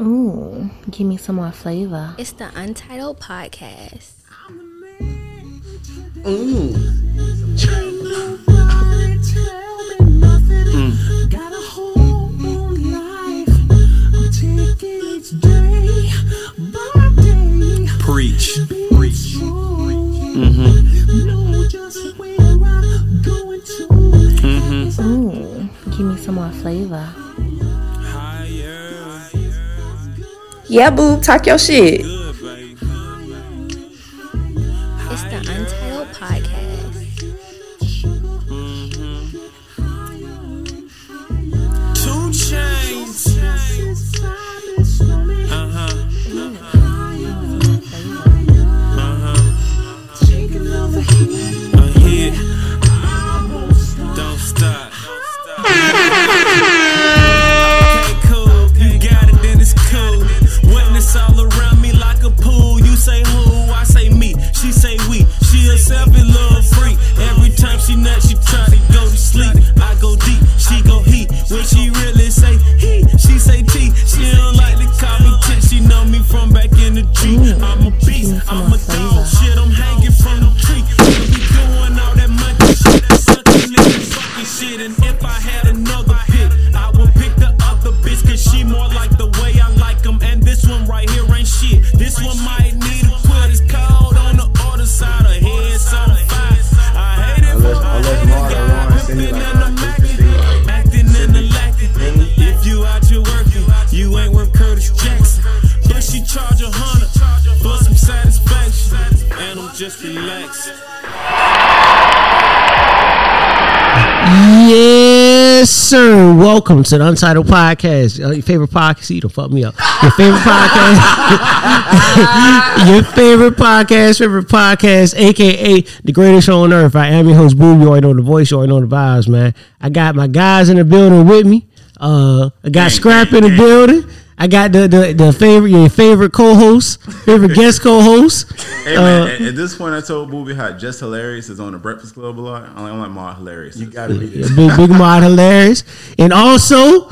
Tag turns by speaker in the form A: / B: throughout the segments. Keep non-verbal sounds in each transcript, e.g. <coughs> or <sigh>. A: Ooh, give me some more flavor.
B: It's the Untitled Podcast.
C: Ooh.
D: Preach.
A: Ooh, give me some more flavor.
C: Yeah, boob, talk your shit.
B: It's the Untitled Podcast.
D: Two chains. Yeah. Don't stop. Okay, cool. You got it, then it's cool. Witness all around me like a pool. You say who? I say me. She say we. She a selfie little freak. Every time she nuts, she try to go to sleep. I go deep, she go heat. When she really say he, she say T. She don't like to call me T. She know me from back in the G. I'm a beast. I'm a dog. Shit, I'm hanging from the tree. We doing all that monkey shit, that sucky nigga fucking shit. And if I had another pick, I would pick the other bitch, cause she more like the way I like 'em. And this one right here ain't shit. This one might need a quit. It's cold on the other side of heads on fire. I hate it
E: Unless-
D: for I
E: unless
D: hate it,
E: Marlon
D: God.
E: Warren send you
D: Pimpin'
E: like
D: and I'm
E: a
D: acting,
E: 250.
D: acting and a lacking. If you out here working, you ain't worth Curtis Jackson. But she charge a hundred for some satisfaction, and I'm just relaxing.
F: Yes, sir. Welcome to the Untitled Podcast. Uh, your favorite podcast. See, you don't fuck me up. Your favorite podcast. <laughs> your favorite podcast. Favorite podcast. AKA the greatest show on earth. I am your host, Boo. You already know the voice. You already know the vibes, man. I got my guys in the building with me. Uh, I got Scrap in the building. I got the the, the favorite your favorite co-host,
E: <laughs>
F: favorite guest co-host. Uh,
E: Hey man, at, at this point, I told Booby how just hilarious is on the Breakfast Club a lot. I'm like, I'm like, Ma, hilarious. You gotta be
F: Yeah, Big Big Mod hilarious. And also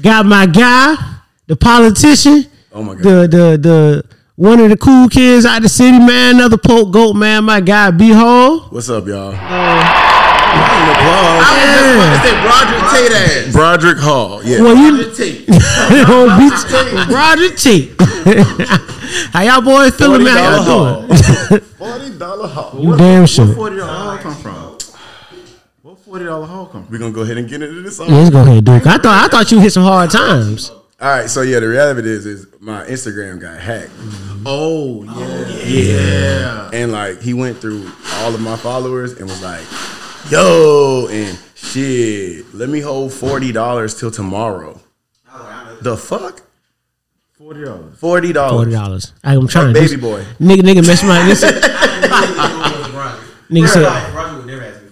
F: got my guy, the politician.
E: Oh my God.
F: The the the one of the cool kids out the city, man. Another poke goat, man. My guy, B Uh, Hall.
E: What's up, y'all?
F: Yeah.
E: Broderick Hall. Yeah.
F: Well, you <laughs> Old bitch. Roger T. <laughs> How y'all boys feeling, man? How y'all doing?
E: Forty dollar haul.
F: You damn sure.
E: Forty dollar haul come from? Where forty dollar haul come? We're gonna go ahead and get into this.
F: Yeah, let's go ahead, Duke. I thought I thought you hit some hard times.
G: All right, so yeah, the reality of it is, is my Instagram got hacked,
E: Oh yeah, yeah.
G: and like he went through all of my followers and was like, "Yo, and shit, let me hold forty dollars till tomorrow." The fuck,
E: Forty dollars.
G: forty
F: Forty
G: dollars,
F: dollars. I'm trying to
G: baby boy.
F: Nigga, nigga, mess my
E: <laughs>
F: nigga. nigga said.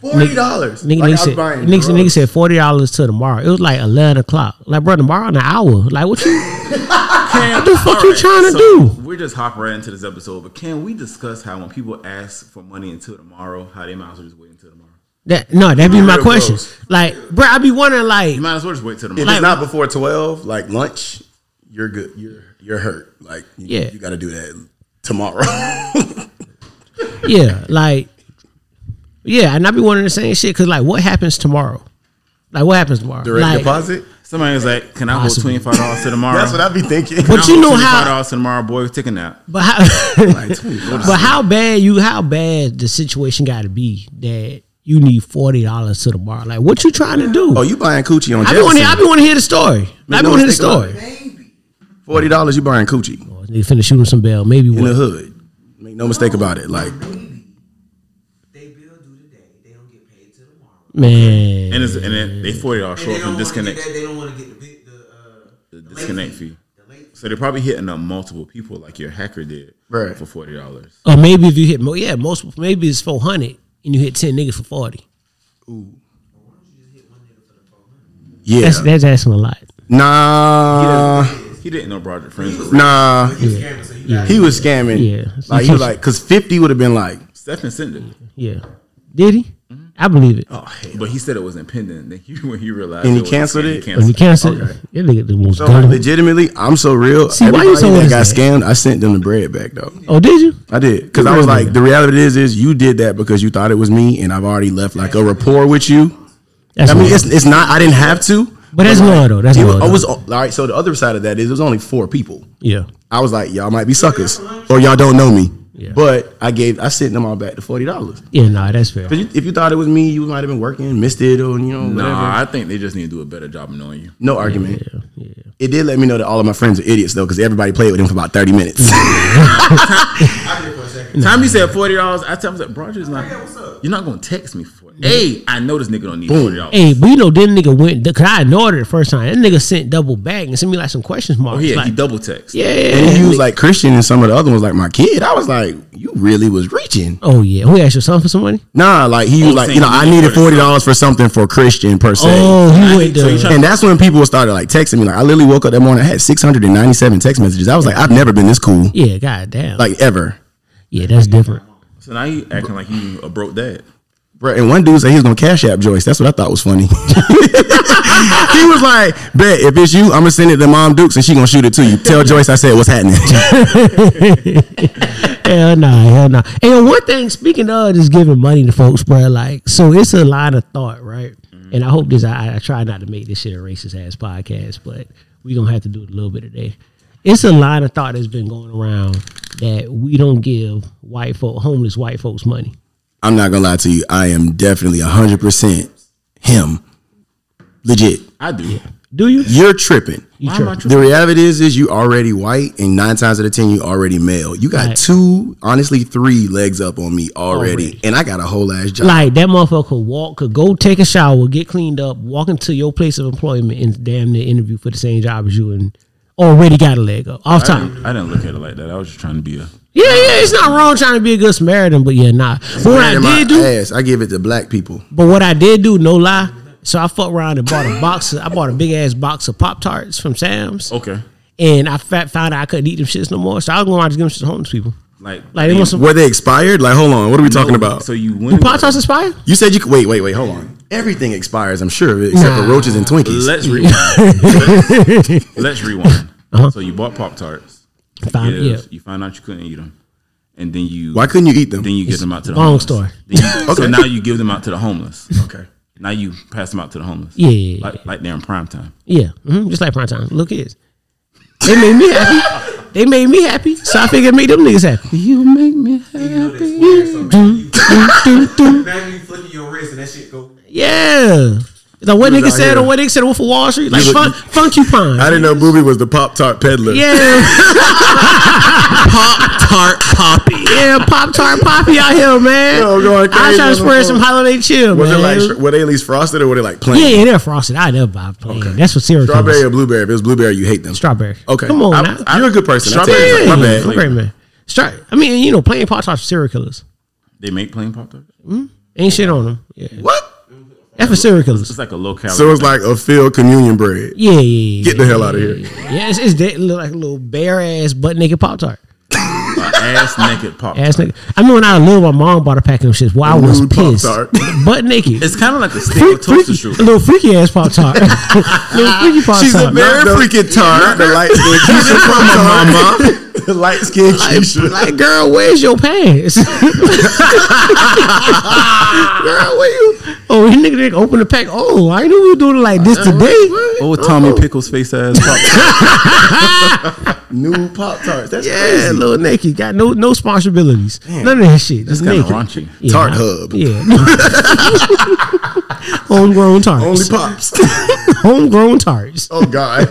G: Forty dollars.
F: Nigga,
G: Like, I
F: nigga,
G: was
F: said,
G: buying
F: nigga,
G: drugs.
F: nigga said forty dollars to tomorrow. It was like eleven o'clock. Like, bro, tomorrow in an hour. Like, what you?
G: <laughs>
F: what the fuck you trying to do?
E: We're just hopping right into this episode, but can we discuss how when people ask for money until tomorrow, how they might as well just wait until tomorrow?
F: That no, that'd be my
G: Real
F: question.
G: gross.
F: Like, bro, I be wondering, like,
E: You might as well just wait till
G: If
E: tomorrow.
G: it's not before twelve, like lunch, you're good. You're you're hurt. Like, you,
F: Yeah.
G: you got to do that tomorrow. <laughs>
F: yeah, like, yeah, and I be wondering the same shit because, like, what happens tomorrow? Like, what happens tomorrow?
G: Direct
F: like,
G: deposit.
E: Somebody was like, "Can I hold
F: Possible.
E: twenty five dollars <laughs> till tomorrow?"
G: That's what <laughs> I be thinking.
F: But you know how,
E: dollars tomorrow, boy. Take a nap.
F: but <laughs> how,
G: <laughs> Like, $20.
F: but how bad you? How bad the situation got to be that you need forty dollars to tomorrow? Like, what you trying to do?
G: Oh, you buying coochie on
F: I be want
G: Jefferson?
F: to. I be want to hear the story.
G: no
F: I be want to hear the
G: mistake about
F: story.
G: it. Forty dollars, you buying coochie
F: They finna shoot him some bell. Maybe
G: in the
F: what?
G: hood. Make no mistake about it. Like
F: Man.
E: And it's, and then they forty dollars short from disconnect
H: They don't want to get the big, the, uh,
E: the disconnect fee. So they're probably hitting up multiple people like your hacker did
G: Right.
E: for forty dollars.
F: or maybe if you hit, mo- yeah, most maybe it's four hundred and you hit ten niggas for forty.
G: yeah,
F: That's that's asking a lot.
G: nah,
E: He didn't know Broderick friends were rich.
G: nah.
H: yeah. so you got
G: He was scamming.
F: Yeah.
G: like he was like, cause fifty would have been like
E: Stefan sent it.
F: Yeah. Did he? I believe it.
G: Oh, hell.
E: But he said it was impending. Then he, <laughs> when he realized,
G: And he
E: it was-
G: canceled it?
F: But you can't say Oh, it. nigga the most
G: So uh,
F: gullible-
G: legitimately, I'm so real.
F: See, why
G: Everybody
F: you so
G: that
F: honest
G: got scammed, I sent them the bread back though.
F: Oh, did you?
G: I did because I was
F: Really?
G: like, the reality is, is you did that because you thought it was me, and I've already left like a rapport with you.
F: That's
G: I mean,
F: wild.
G: it's, it's not. I didn't have to.
F: but that's
G: like,
F: loyal though. That's
G: it was,
F: loyal.
G: I
F: though.
G: was oh, all right. So the other side of that is, it was only four people.
F: yeah.
G: I was like, y'all might be suckers, or y'all don't know me.
F: Yeah.
G: But I gave, I sent them all back the forty dollars.
F: Yeah, nah, that's fair.
G: Because if you thought it was me, you might have been working, missed it, or you know, whatever.
E: Nah, I think they just need to do a better job of knowing you.
G: no argument.
F: Yeah, yeah.
G: It did let me know that all of my friends are idiots though, because everybody played with them for about thirty
F: <laughs>
G: minutes.
H: I did for a second.
E: Time you said forty dollars, I tell him that bro, just not.
H: what's up?
E: You're not gonna text me for. it. Hey, I know this nigga don't need forty dollars.
F: Hey, but you know, then nigga went because I ignored it the first time. That nigga sent double back and sent me like some questions
E: Oh
F: marks.
E: yeah, he
F: like,
E: double text.
F: yeah,
G: And he was like Christian, and some of the other ones like my kid. I was like, you really was reaching.
F: oh yeah. Who asked you something for some money?
G: Nah, like he was
E: Oh,
G: like,
E: saying
G: you know,
E: you
G: I
E: need
G: needed
E: forty
G: forty dollars for something for Christian per se.
F: Oh, he went
E: so he
F: to.
E: tried-
G: And that's when people started like texting me. Like I literally woke up that morning, I had six hundred and ninety-seven text messages. I was like, I've never been this cool,
F: yeah, goddamn.
G: like ever.
F: yeah, that's different.
E: So now you acting like you a broke dad.
G: Bro, and one dude said he was gonna cash app Joyce. That's what I thought was funny. <laughs> he was like, "Bet if it's you, I'm gonna send it to Mom Dukes, and she gonna shoot it to you. Tell Joyce I said what's happening." <laughs>
F: Hell nah, hell nah. And one thing, speaking of just giving money to folks, bro, like, so it's a line of thought, right?
E: Mm-hmm.
F: And I hope this, I, I try not to make this shit a racist ass podcast, but we going to have to do it a little bit today. It's a line of thought that's been going around that we don't give white folk, homeless white folks money.
G: I'm not gonna lie to you. I am definitely hundred percent him. Legit,
E: I do.
F: Do you?
G: you're tripping.
F: You
E: Why am I
F: tripping.
E: tripping?
G: The reality is, is you already white, and nine times out of ten, you already male. You got
F: Right.
G: two, honestly, three legs up on me already,
F: Already.
G: and I got a whole ass job.
F: Like that motherfucker could walk, could go take a shower, get cleaned up, walk into your place of employment, and damn near interview for the same job as you, and already got a leg up off
E: I
F: time.
E: didn't, I didn't look at it like that. I was just trying to be a.
F: Yeah, yeah, it's not wrong trying to be a good Samaritan, but yeah, nah. But what I
G: Man, my
F: did do,
G: ass, I give it to black people.
F: but what I did do, no lie. So I fucked around and bought a box. of- I bought a big ass box of Pop Tarts from Sam's,
E: Okay.
F: and I fa- found out I couldn't eat them shits no more. So I was going out to give them shit to homeless people.
E: Like
F: Like they want some
G: Were they expired? Like, hold on, what are we talking about?
E: So you went.
F: Pop Tarts expire.
G: You said you could wait, wait, wait, hold on. Everything expires, I'm sure of it, except for
F: Nah.
G: roaches and Twinkies.
F: <laughs>
E: Let's rewind. let's, let's rewind. So you bought Pop Tarts.
F: Fine, Uh-huh. yeah.
E: You find out you couldn't eat them, and then you
G: Why couldn't you eat them?
E: then you give them out to the
F: long
E: homeless.
F: story.
E: Then
G: <laughs>
E: you-
G: Okay.
E: So now you give them out to the homeless.
G: okay.
E: Now you pass them out to the homeless.
F: Yeah, yeah, yeah.
E: Like, like they're in prime time.
F: Yeah, hmm just like prime time. Look, is they made me happy. They made me happy, so I figured make them niggas happy.
E: You make me happy.
H: You know they swear so man, you- Imagine you flicking your wrist and that shit go.
F: Yeah. It's Like what
G: was
F: nigga
G: out
F: said
G: here.
F: or what nigga said Wolf of Wall Street, like
G: You
F: fun,
G: look-
F: Funky Pine.
G: I didn't know Booby was the Pop Tart peddler.
F: Yeah,
G: Pop Tart Poppy.
F: yeah, Pop Tart Poppy out here, man.
G: Yo, I'm going
F: I
G: crazy on
F: try to
G: the
F: spread
G: phone.
F: some holiday chill,
G: Was
F: man.
G: it like, were they at least frosted or were they like plain?
F: yeah, yeah, they're frosted. I never buy plain. That's what cereal.
G: Strawberry
F: Strawberry.
G: or blueberry? If it was blueberry, you hate them.
F: Strawberry.
G: Okay.
F: come on,
G: I-
F: now.
G: I- you're a good person. I'll
F: yeah,
G: tell you that. My bad.
F: I'm great, man. Start. I mean, you know, plain Pop Tarts are serial killers.
E: They make plain Pop Tarts.
F: Ain't shit on them. Yeah.
G: What?
F: That's for serial killers.
E: It's like a low calorie.
G: So it's like a filled communion bread.
F: Yeah, yeah, yeah.
G: Get the hell out of here.
F: Yeah, it's, it's that look like a little bare ass butt naked Pop Tart.
E: ass
F: <laughs>
E: naked Pop
F: Ass nigga. I remember when I was little, my mom bought a pack of shits. Well, I was
G: Nude
F: pissed.
G: Pop-Tart.
F: Butt naked.
E: It's kind of like a stick
F: Freak-
E: of toaster
F: freaky-
E: strudel.
F: a little freaky ass Pop Tart. little freaky Pop
G: She's a
F: Tart.
G: very freaking tart. The light <laughs> skin Keisha from mama. <laughs> The light skin Keisha.
F: Like, girl, where's your pants?
G: girl, where you?
F: oh, this nigga didn't open the pack. Oh, I knew we were doing it like this today.
E: Oh, Tommy Pickles face ass Pop Tart.
G: New Pop Tarts. That's
F: Yeah,
G: crazy.
F: little naked. Got no no responsibilities. None of that shit. Just
E: kind of
F: naked.
E: raunchy.
F: Yeah,
G: Tart
F: I-
G: Hub.
F: Yeah. <laughs> Homegrown tarts. <laughs>
G: Only <laughs> Pops.
F: Homegrown tarts.
G: oh, God.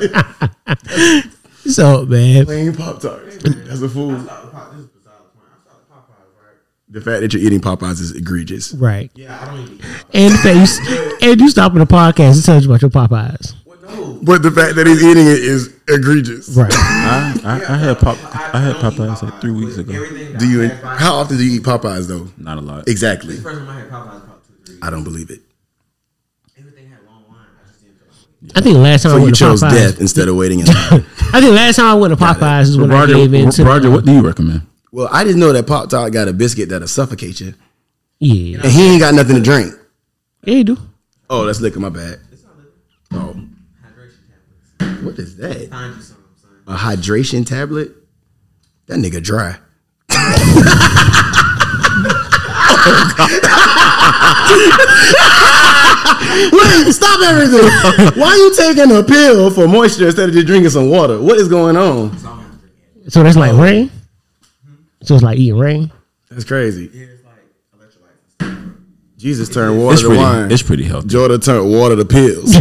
F: So man.
G: Plain Pop Tarts. That's a fool.
H: I thought Pop- this is bizarre point. I thought Popeyes, right?
G: The fact that you're eating Popeyes is egregious.
F: Right.
H: Yeah, I don't even.
F: And the face. and you stopping the podcast and telling us about your Popeyes.
H: Well, no.
G: But the fact that he's eating it is egregious.
F: Right.
E: I, I, I had pop. I had
H: don't eat
E: Popeyes like three weeks
H: but
E: ago.
H: Everything that
G: Do you?
H: I had Popeyes-
G: How often do you eat Popeyes though?
E: Not a lot.
G: Exactly.
H: First time I had Popeyes, probably two, three.
G: I don't believe it.
H: Everything had long line. I just didn't feel like it.
F: I think last time
G: So
F: I
G: you
F: went to
G: chose
F: Popeyes.
G: death instead of waiting in line.
F: <laughs> I think last time I went to Popeyes is when
E: Roger,
F: I gave in to the-
E: Roger, what do you recommend?
G: well, I didn't know that Pop Tart got a biscuit that'll suffocate you,
F: Yeah.
G: and he ain't got nothing to drink.
F: Yeah, you do.
G: Oh, that's liquor. My bad.
H: It's all good.
G: Oh,
H: Hydration tablets.
G: what is that?
H: Find you some, son.
G: A hydration tablet? That nigga dry. <laughs> Wait, stop everything. Why you taking a pill for moisture instead of just drinking some water? What is going on?
H: So I'm gonna drink it.
F: So that's like rain. So it's like eating rain.
G: That's crazy.
H: Here's like electrolytes and stuff.
G: Jesus turned water
I: It's
G: to
I: pretty.
G: wine.
I: It's pretty healthy.
G: Jordan turned water to pills.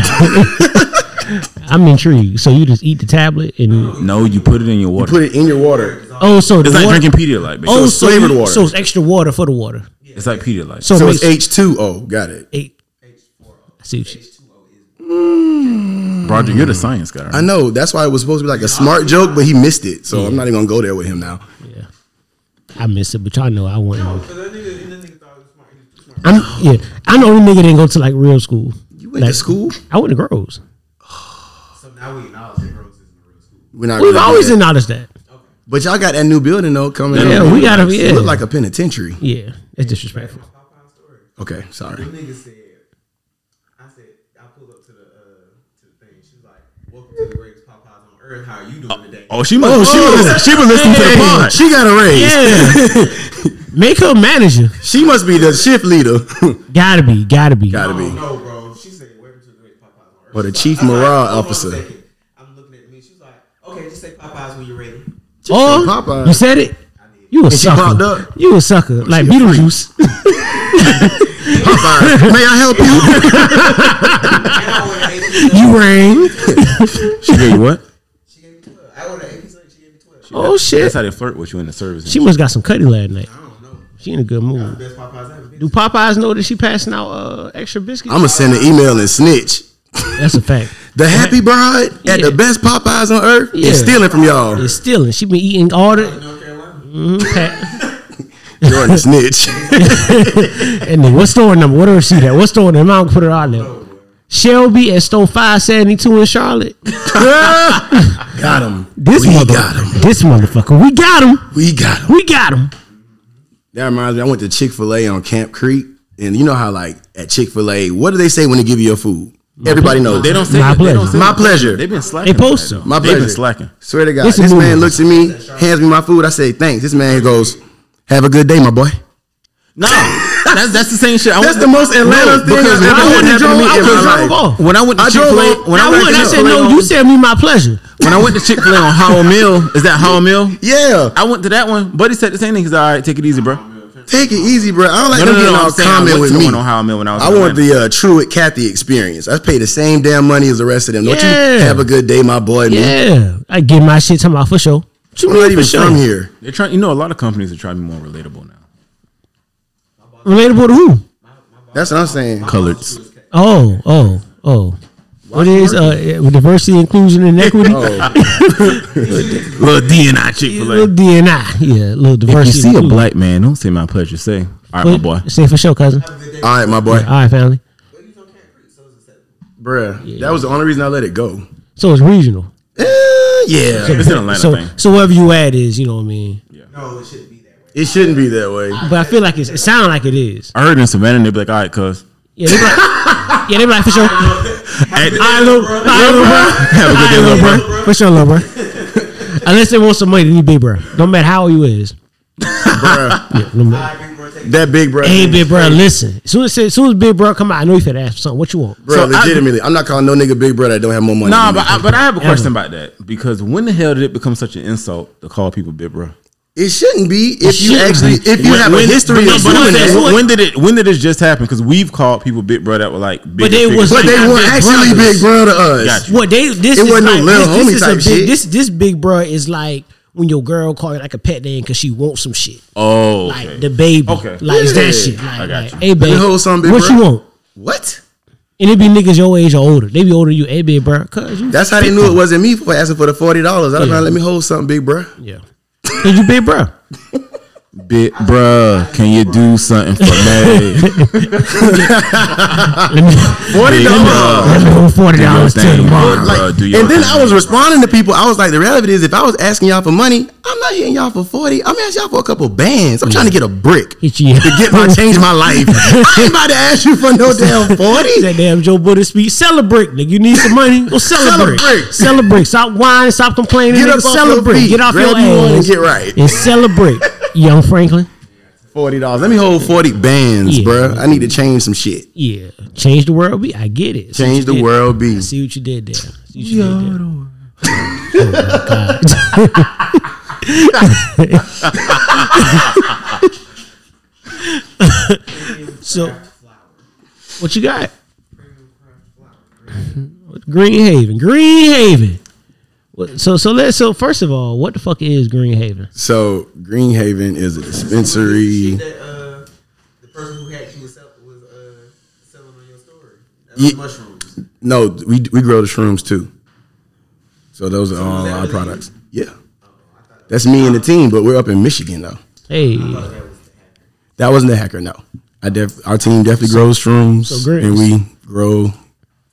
F: I'm intrigued. So you just eat the tablet and
I: No, you put it in your water.
G: <laughs> Put it in your water.
F: oh, so the
I: it's like
F: water,
I: drinking Pedialyte. Basically.
F: oh,
G: it's
F: so
G: flavored
F: you-
G: water.
F: So it's extra water for the water.
I: It's like Pedialyte.
F: So,
G: So
F: it
G: it's
F: makes
G: H2O. Got it.
F: eight. I see what you-
I: Roger, you're the science guy.
G: I know. That's why it was supposed to be like a smart joke, but he missed it. So I'm not even gonna go there with him now.
F: I miss it, but y'all know I
H: No,
F: wouldn't.
H: because that nigga, and that nigga thought it was smart. He was too smart.
F: I'm yeah. I'm the only nigga that didn't go to like real school.
G: You went to
F: Like-
G: school?
F: I went to Groves.
H: So now we acknowledge that girls isn't a real school.
G: We're not.
F: We've
G: gonna do
F: always
G: that.
F: acknowledged that.
G: But y'all got that new building though coming.
F: Yeah,
G: up.
F: we gotta be-
G: It look
F: yeah.
G: like a penitentiary.
F: Yeah, it's disrespectful.
H: Popeye story.
G: Okay, sorry.
H: The nigga said, I said, I pulled up to the uh, to the thing. She was like, "Welcome to the greatest Popeyes on earth. How are you doing today?"
I: Oh, she must.
G: Oh, she was-
I: she was listening
F: Hey.
I: to the pod.
G: She got a raise.
F: Yeah, make her a manager.
G: She must be the shift leader. <laughs>
F: Gotta be, gotta be.
G: Gotta be.
H: "Oh, No, bro. She said, "Welcome to the greatest Popeyes on earth."
G: Or the
H: She's
G: chief
H: like- I was like,
G: morale
H: "Hold on a
G: officer.
H: second." I'm looking at me. She was like, "Okay, just say Popeyes when you're ready." <laughs>
F: Oh,
G: She Popeye.
F: you said it. You a
G: she popped
F: sucker.
G: up.
F: You a sucker. Like Beetlejuice.
G: Popeye, <laughs> may I help you?
H: And I ordered eight pieces.
F: <laughs> you rang.
I: She gave you what?
H: She gave me twelve. I ordered eight pieces. She gave me twelve.
F: Oh shit.
I: That's how they flirt with you in the service.
F: She must got some cutty last night.
H: I don't know.
F: She in a good mood.
H: Best Popeyes I've ever been.
F: Do
H: to.
F: Popeyes know that she passing out uh, extra biscuits?
G: I'm gonna send an email and snitch.
F: That's a fact.
G: The happy bride at
F: Yeah.
G: the best Popeyes on earth
F: Yeah.
G: is stealing from y'all.
F: It's stealing. She been eating all the Mm-hmm.
H: North Carolina.
F: okay.
G: Jordan the
F: <laughs>
G: snitch.
F: and then what store number? What do she at? What store number? I'm gonna put her out there. Shelby at store five seventy two in Charlotte.
G: got him.
F: This
G: we
F: motherfucker.
G: got him.
F: This motherfucker. We got him.
G: We got him.
F: We got him.
G: That reminds me, I went to Chick Fil A on Camp Creek, and you know how like at Chick Fil A, what do they say when they give you your food? Everybody knows.
I: They don't say.
F: My
I: that- They don't
F: pleasure.
I: say
G: My
I: that.
G: pleasure.
I: They've been
F: They
I: slacking.
F: post
I: lately.
F: him.
G: My
I: They've
G: pleasure.
I: been slacking.
G: Swear to God,
F: It's a
G: this
F: movie.
G: man looks at me, hands me my food. I say thanks. This man goes, "Have a good day, my boy."
I: No, that's that's the same shit. I
G: That's
I: went-
G: the most Atlanta thing
I: because
G: I've
I: when
G: ever
I: I
G: heard
I: went to
G: happen to
I: Joe-
G: me
I: I
G: in
I: was
G: my
I: drove
G: life.
F: off.
I: When I went
G: I
I: to Chick
G: drove
I: Fil A,
G: off.
I: when
F: I
I: I went
F: wouldn't. I
I: to
F: said
I: Chick-fil-A
F: no.
I: on-
F: You said me my pleasure.
I: when I went to Chick Fil A on Howell Mill, is that Howell Mill?
G: Yeah,
I: I went to that one. Buddy said the same thing. He's like, all right, take it easy, bro.
G: take it easy, bro. I don't like them
I: No, no, no,
G: getting
I: no.
G: all
I: I'm saying I
G: comment
I: went
G: with
I: to the
G: me.
I: one on Howell Mill when I was.
G: I
I: in
G: want
I: Atlanta.
G: the uh, Truett Kathy experience. I paid the same damn money as the rest of them. Don't
F: Yeah.
G: you have a good day, my boy? Man.
F: Yeah, I get my shit talking about for sure.
G: I'm not even from here.
I: They're trying. You know, a lot of companies are trying to be more relatable now.
F: Relatable to who?
G: That's what I'm saying.
I: Coloreds.
F: Oh, oh, oh. What is uh, uh, diversity, inclusion, and
I: <laughs>
F: equity?
I: Oh, Little DNI Chick Fil
F: Little
I: A.
F: DNI, yeah, little
I: If you
F: diversity.
I: see a
F: inclusion.
I: black man, don't say my pleasure. Say, all right, my boy.
F: Say for sure, cousin.
G: All right, my boy,
F: All right, family.
G: bruh. That was the only reason I let it go.
F: So it's regional.
G: Eh, yeah,
I: It's an Atlanta
F: so
I: thing.
F: so wherever you at is, you know what I mean.
H: No, it shouldn't be that way.
G: it shouldn't be that way.
F: But I feel like it's, it sounds like it is.
I: I heard in Savannah, they be like, all right, cuz.
F: Yeah, they be like, <laughs> yeah, they be like for sure. All
I: Hey,
F: right, little, all right, little bro.
I: <laughs> Have a
F: All
I: good
F: right,
I: day,
F: little
I: little bro.
F: bro. For sure, little <laughs> bro. Unless they want some money, then you big bro. No matter how you is. Yeah, no matter.
H: I agree, bro. Take
G: That big brother.
F: Hey, big bro, listen. As soon as, as soon as big bro come out, I know you finna ask for something. What you want?
G: Bro,
I: So I-
G: legitimately, I, am not calling no nigga big brother that don't have more money.
I: Nah,
G: than me.
I: but I, but I have a question about that because when the hell did it become such an insult to call people big bro?
G: it shouldn't be if you
F: shouldn't
G: actually if you
I: When-
G: have a
I: when-
G: history
I: but no,
G: of
I: but I'm
G: doing
I: saying,
G: that.
I: when- When did it? When did this just happen? Because we've called people big bro that were like, big
F: But they was
G: But
F: like,
G: they
F: I'm
G: were
F: big
G: actually
F: brothers.
G: big brother to us.
I: Got you.
F: What they this
G: It
F: is
G: wasn't no
F: like,
G: little
F: this,
G: homie
F: this is a
G: type
F: big,
G: shit.
F: This this big bro is like when your girl call you like a pet name because she wants some shit.
I: oh,
F: Like
I: okay.
F: the baby.
I: Okay.
F: Like it's
G: Yeah.
F: that shit. Like,
I: I got
F: like,
I: you.
F: hey baby,
G: hold something, big
F: what
G: bro.
F: you want?
G: What?
F: And it be niggas your age or older. They be older than you, hey big bro. Cause you
G: That's how they knew it wasn't me for asking for the forty dollars. I don't
F: Yeah.
G: know. Let me hold something, big bro.
F: Yeah. Cause you big bro.
I: Bit, bruh, can you do something for me?
G: <laughs> Forty dollars.
F: Let me hold forty dollars
I: Thing,
F: till tomorrow.
I: bruh, bruh, uh, do your
G: and then
I: thing.
G: I was responding to people. I was like, the reality is, if I was asking y'all for money, I'm not hitting y'all for forty. I'm asking y'all for a couple bands. I'm trying to get a brick to
F: Hit you.
G: get
F: <laughs>
G: my change my
I: <laughs>
G: life. I ain't about to ask you for no damn
F: He's
G: forty.
F: that damn Joe Budden speech. Celebrate, nigga. You need some money. Go celebrate.
G: Celebrate.
F: Celebrate. Stop whining. Stop complaining.
G: Get up
F: nigga.
G: off your
F: celebrate.
G: feet.
F: Get off
G: Grab
F: your
G: you one and
F: ass
G: get right.
F: and celebrate, young Franklin.
G: Forty dollars. Let me hold forty bands,
F: Yeah.
G: bruh. I need to change some shit.
F: Yeah, change the world. Be I get it. See what you
G: Change the
F: did.
G: world, be.
F: See what you did there. See what you did there. So, what you got? <laughs> Green Haven, Green Haven. What- So, so let's. So, first of all, what the fuck is Green Haven?
G: So Green Haven is a dispensary.
H: That, uh, the person who had you was, sell, was uh, selling on your story. That's
G: Ye-
H: mushrooms.
G: No, we we grow the shrooms too. So those are all
H: is that
G: our
H: really
G: products. Yeah, that's me and the team, but we're up in Michigan though.
F: Hey,
G: That wasn't a hacker. No, I def- our team definitely grows shrooms,
F: so great.
G: and we grow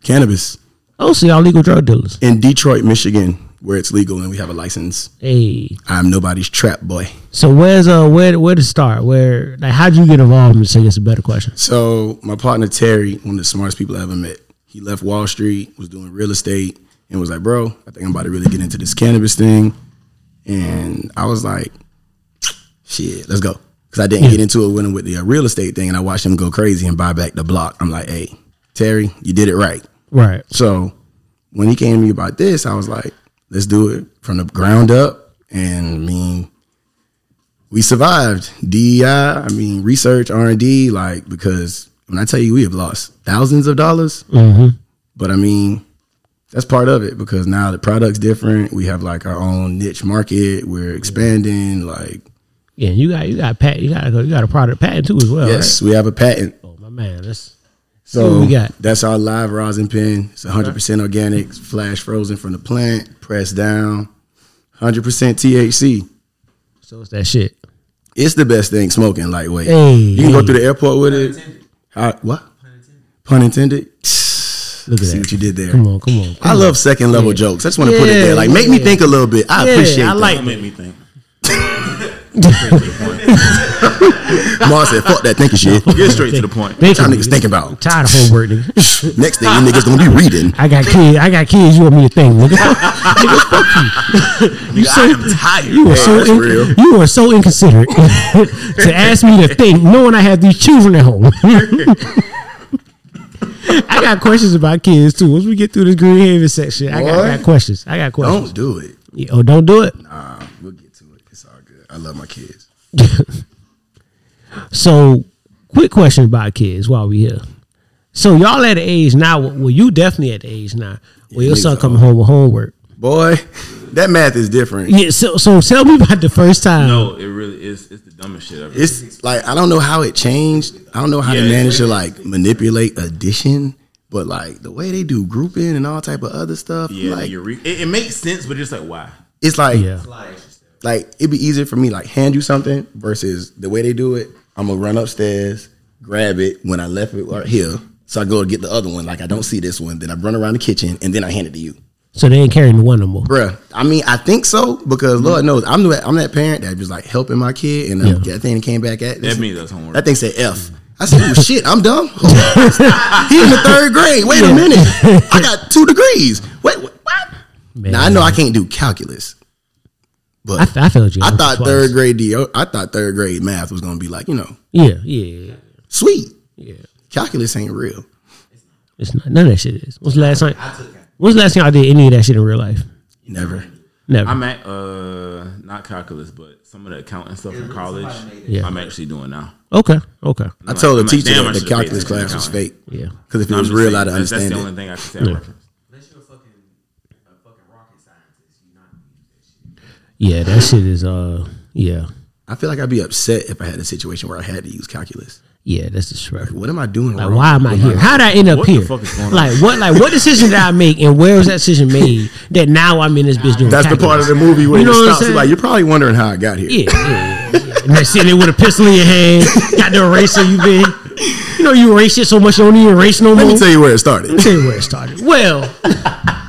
G: cannabis
F: oh, so y'all legal drug dealers.
G: in Detroit, Michigan, where it's legal and we have a license.
F: Hey,
G: I'm nobody's trap boy.
F: so where's uh where where to start? Where like how'd you get involved? in this? I guess a better question.
G: So my partner Terry, one of the smartest people I ever met, he left Wall Street, was doing real estate, and was like, "Bro, I think I'm about to really get into this cannabis thing." And I was like, "Shit, let's go," because I didn't get into it with him with the uh, real estate thing, and I watched him go crazy and buy back the block. I'm like, "Hey, Terry, you did it right."
F: Right.
G: So when he came to me about this, I was like, let's do it from the ground up. And I mean, we survived DEI. I mean, research R and D, like because when I tell you we have lost thousands of dollars, but I mean, that's part of it because now the product's different. We have like our own niche market. We're expanding. Like
F: Yeah, you got you got pat you got you got a product patent too as well.
G: yes, we have a patent.
F: Right? Oh my man, that's
G: So
F: What we got? Uh-huh.
G: that's our live rosin pen. It's 100% organic, flash frozen from the plant, pressed down, 100% THC.
F: so it's that shit.
G: It's the best thing smoking lightweight.
F: Hey.
G: you can go through the airport with it. How, what? Pun intended.
F: Look at
G: See
F: that.
G: what you did there.
F: Come on, come on.
G: I love second level jokes. I just want to put it there. Like, make me think a little bit. I appreciate
F: I
G: that.
F: like
I: Made me think.
G: Mar said, fuck that thinking
F: <laughs>
G: shit.
I: Get straight to the point.
G: <laughs>
F: Thank
G: Y'all
F: you,
G: niggas think
F: nigga.
G: about.
F: Tired of homework,
G: <laughs>
F: nigga.
G: Next thing, you niggas gonna be
F: <laughs>
G: reading.
F: I got kids. I got kids. You want me to think,
G: <laughs>
F: nigga? nigga, fuck you. You so
G: tired.
F: you are so
G: That's
F: in-
G: real.
F: you are so
G: <laughs>
F: inconsiderate <laughs> to ask me to think, knowing I have these children at home. <laughs> I got questions about kids too. Once we get through this Green Haven section, I got, I
G: What?
F: got questions. I got questions.
G: Don't do it.
F: Yeah, oh, don't do it.
G: Nah, we'll get to it. It's all good. I love my kids.
F: So, quick question about kids while we here. So y'all at the age now? Well, you definitely at the age now where your
G: niggas
F: son
G: are
F: coming home with homework.
G: Boy, that math is different.
F: Yeah. So, so tell me about the first time.
I: No, it really is. It's the dumbest shit ever.
G: It's like I don't know how it changed. I don't know how
I: Yeah,
G: they
I: it's
G: managed to like manipulate addition, but like the way they do grouping and all type of other stuff,
I: yeah,
G: like
I: Eureka. It, it makes sense, but it's like why?
G: it's like
F: Yeah.
G: like it'd be easier for me like hand you something versus the way they do it. I'm gonna run upstairs, grab it when I left it right here. So I go to get the other one. Like I don't see this one. Then I run around the kitchen and then I hand it to you,
F: So they ain't carrying the one no more.
G: bruh. I mean, I think so because Lord knows I'm the I'm that parent that was like helping my kid and uh,
F: Mm-hmm. Yeah.
G: that thing came back at
I: That
G: this-
I: means that's homework.
G: That thing said F. I said, oh, shit, I'm dumb. <laughs> he in the third grade. Wait a minute. I
F: <laughs>
G: got two degrees. Wait, what? what?
F: Man,
G: Now I know I can't do calculus. But
F: I,
G: I,
F: I failed you. once or
G: thought
F: twice.
G: third grade DO, I thought third grade math was gonna be like, you know,
F: Yeah, yeah,
G: sweet.
F: yeah.
G: Calculus ain't real.
F: It's not none of that shit is. What's the last time? What's the last time I did any of that shit in real life?
G: Never.
F: Never.
I: I'm at uh not calculus, but some of the accounting stuff in college.
F: Yeah.
I: I'm actually doing now.
F: okay. Okay.
G: I told the
I: I'm like,
G: teacher
I: damn,
G: that the
I: I should've paid
G: calculus
I: attention to
G: class was
I: accounting.
G: fake.
F: Yeah.
G: Because if it
I: I'm
G: was
I: just
G: real,
I: saying,
G: I'd
I: that's-
G: understand
I: That's the
G: it.
I: only thing I can say. I reference.
H: Unless you're a fucking, a fucking rocket scientist, you're not gonna use that shit.
F: Yeah. That shit is. Uh. Yeah.
G: I feel like I'd be upset if I had a situation where I had to use calculus.
F: Yeah. That's the shit.
G: What am I doing
F: Like,
G: wrong?
F: why am I here? How did I end up
I: What the
F: here?
I: fuck is going on?
F: like, what? Like, what decision did I make, and where was that decision made that now I'm in this bitch doing?
G: That's the part of the movie where
F: You
G: you
F: know what I'm
G: stops.
F: saying?
G: Like you're probably wondering how I got here.
F: Yeah, <laughs> yeah, yeah. And they're sitting there with a pistol in your hand, got the eraser you been. You know, you erase it so much you don't even erase no
G: Let
F: more.
G: me tell you where it
F: Let me
G: started.
F: tell you where it started. Well,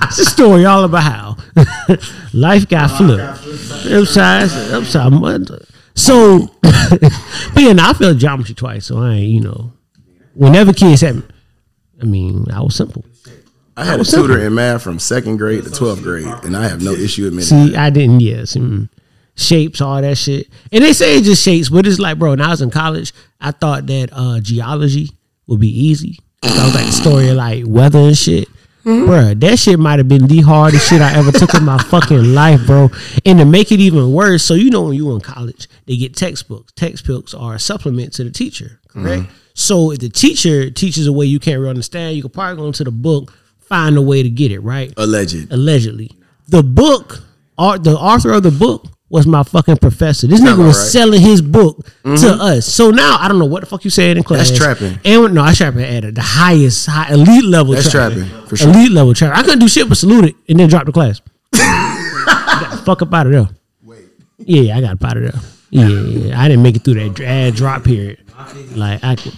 F: it's a story all about how <laughs> life got flipped. Upside, upside. mud- So, <laughs> but yeah, now I failed geometry twice, so I ain't, you know, whenever kids had me, I mean, I was simple.
G: I had a tutor in math from second grade to twelfth grade, and I have no issue admitting.
F: See, I didn't. Yes, mm. shapes, all that shit. And they say it's just shapes, but it's like, bro. When I was in college, I thought that uh, geology would be easy. I was like the story of like weather and shit. Bruh, that shit might have been the hardest shit I ever took in my fucking life, bro. And to make it even worse, so you know when you in college, they get textbooks. Textbooks are a supplement to the teacher, correct? So if the teacher teaches a way you can't really understand, you can probably go into the book, find a way to get it, right?
G: Alleged.
F: allegedly. The book, au- the author of the book was my fucking professor. This nigga
G: Sound
F: was
G: alright.
F: selling his book to us. So now I don't know what the fuck you said in class.
G: Mm-hmm. trapping.
F: And when- no, I trapping at the highest, high, elite level.
G: That's trapping, for sure.
F: Elite level trapping. I couldn't do shit but salute it and then drop the class. <laughs> You got the fuck up out of there. Wait. Yeah, I got up out of there. Yeah, yeah, yeah. I didn't make it through that ad drop period. Like I, could-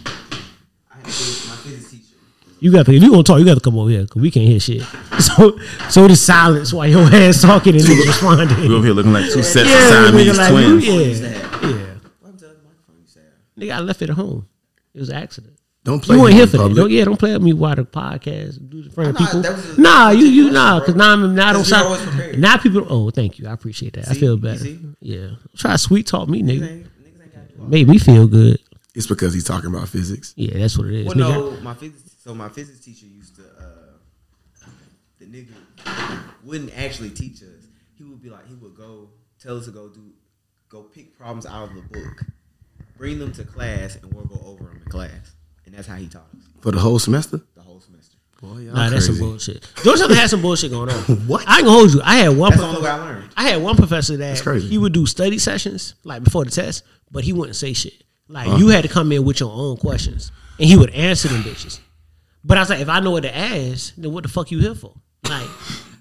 H: I had a phys- my physics teacher.
F: you got to if you gonna talk, you got to come over here because we can't hear shit. <laughs> So so the silence while your ass talking and then responding.
H: <laughs>
I: We over here looking like two sets
F: Yeah,
I: of Siamese
F: nigga, like,
I: twins.
F: you- Yeah, yeah. Nigga, I left it at home. It was an accident.
G: Don't play
F: You weren't
G: him
F: here
G: in
F: for that.
G: public.
F: Don't, yeah, don't play with me while the podcast do the front of
H: Nah,
F: people.
H: that was a-
F: nah, you you nah, because now I'm now I don't
H: Because we were
F: sound
H: always prepared.
F: now people. Oh, thank you, I appreciate that. I
H: See?
F: feel
H: You
F: better.
H: see?
F: Yeah, try to sweet talk me, nigga.
H: Niggas ain't gotta do all
F: Made me feel good.
G: It's because he's talking about physics.
F: Yeah, that's what it is.
H: Well,
F: nigga.
H: no, my physics. So my physics teacher used to. Uh, the nigga wouldn't actually teach us. He would be like, he would go tell us to go do, go pick problems out of the book, bring them to class, and we'll go over them in class. And that's how he taught us
G: For the whole semester?
H: the whole semester.
G: Boy, y'all
F: Nah, that's some
G: crazy.
F: bullshit. Georgetown had some bullshit going on.
G: <laughs> What?
F: I can hold you. I had one.
H: That's the
F: prof-
H: only way I learned.
F: I had one professor that
G: crazy.
F: he would do study sessions like before the test, but he wouldn't say shit. Like
G: Uh-huh.
F: you had to come in with your own questions, and he would answer them bitches. But I was like, if I know what to ask, then what the fuck you here for? Like,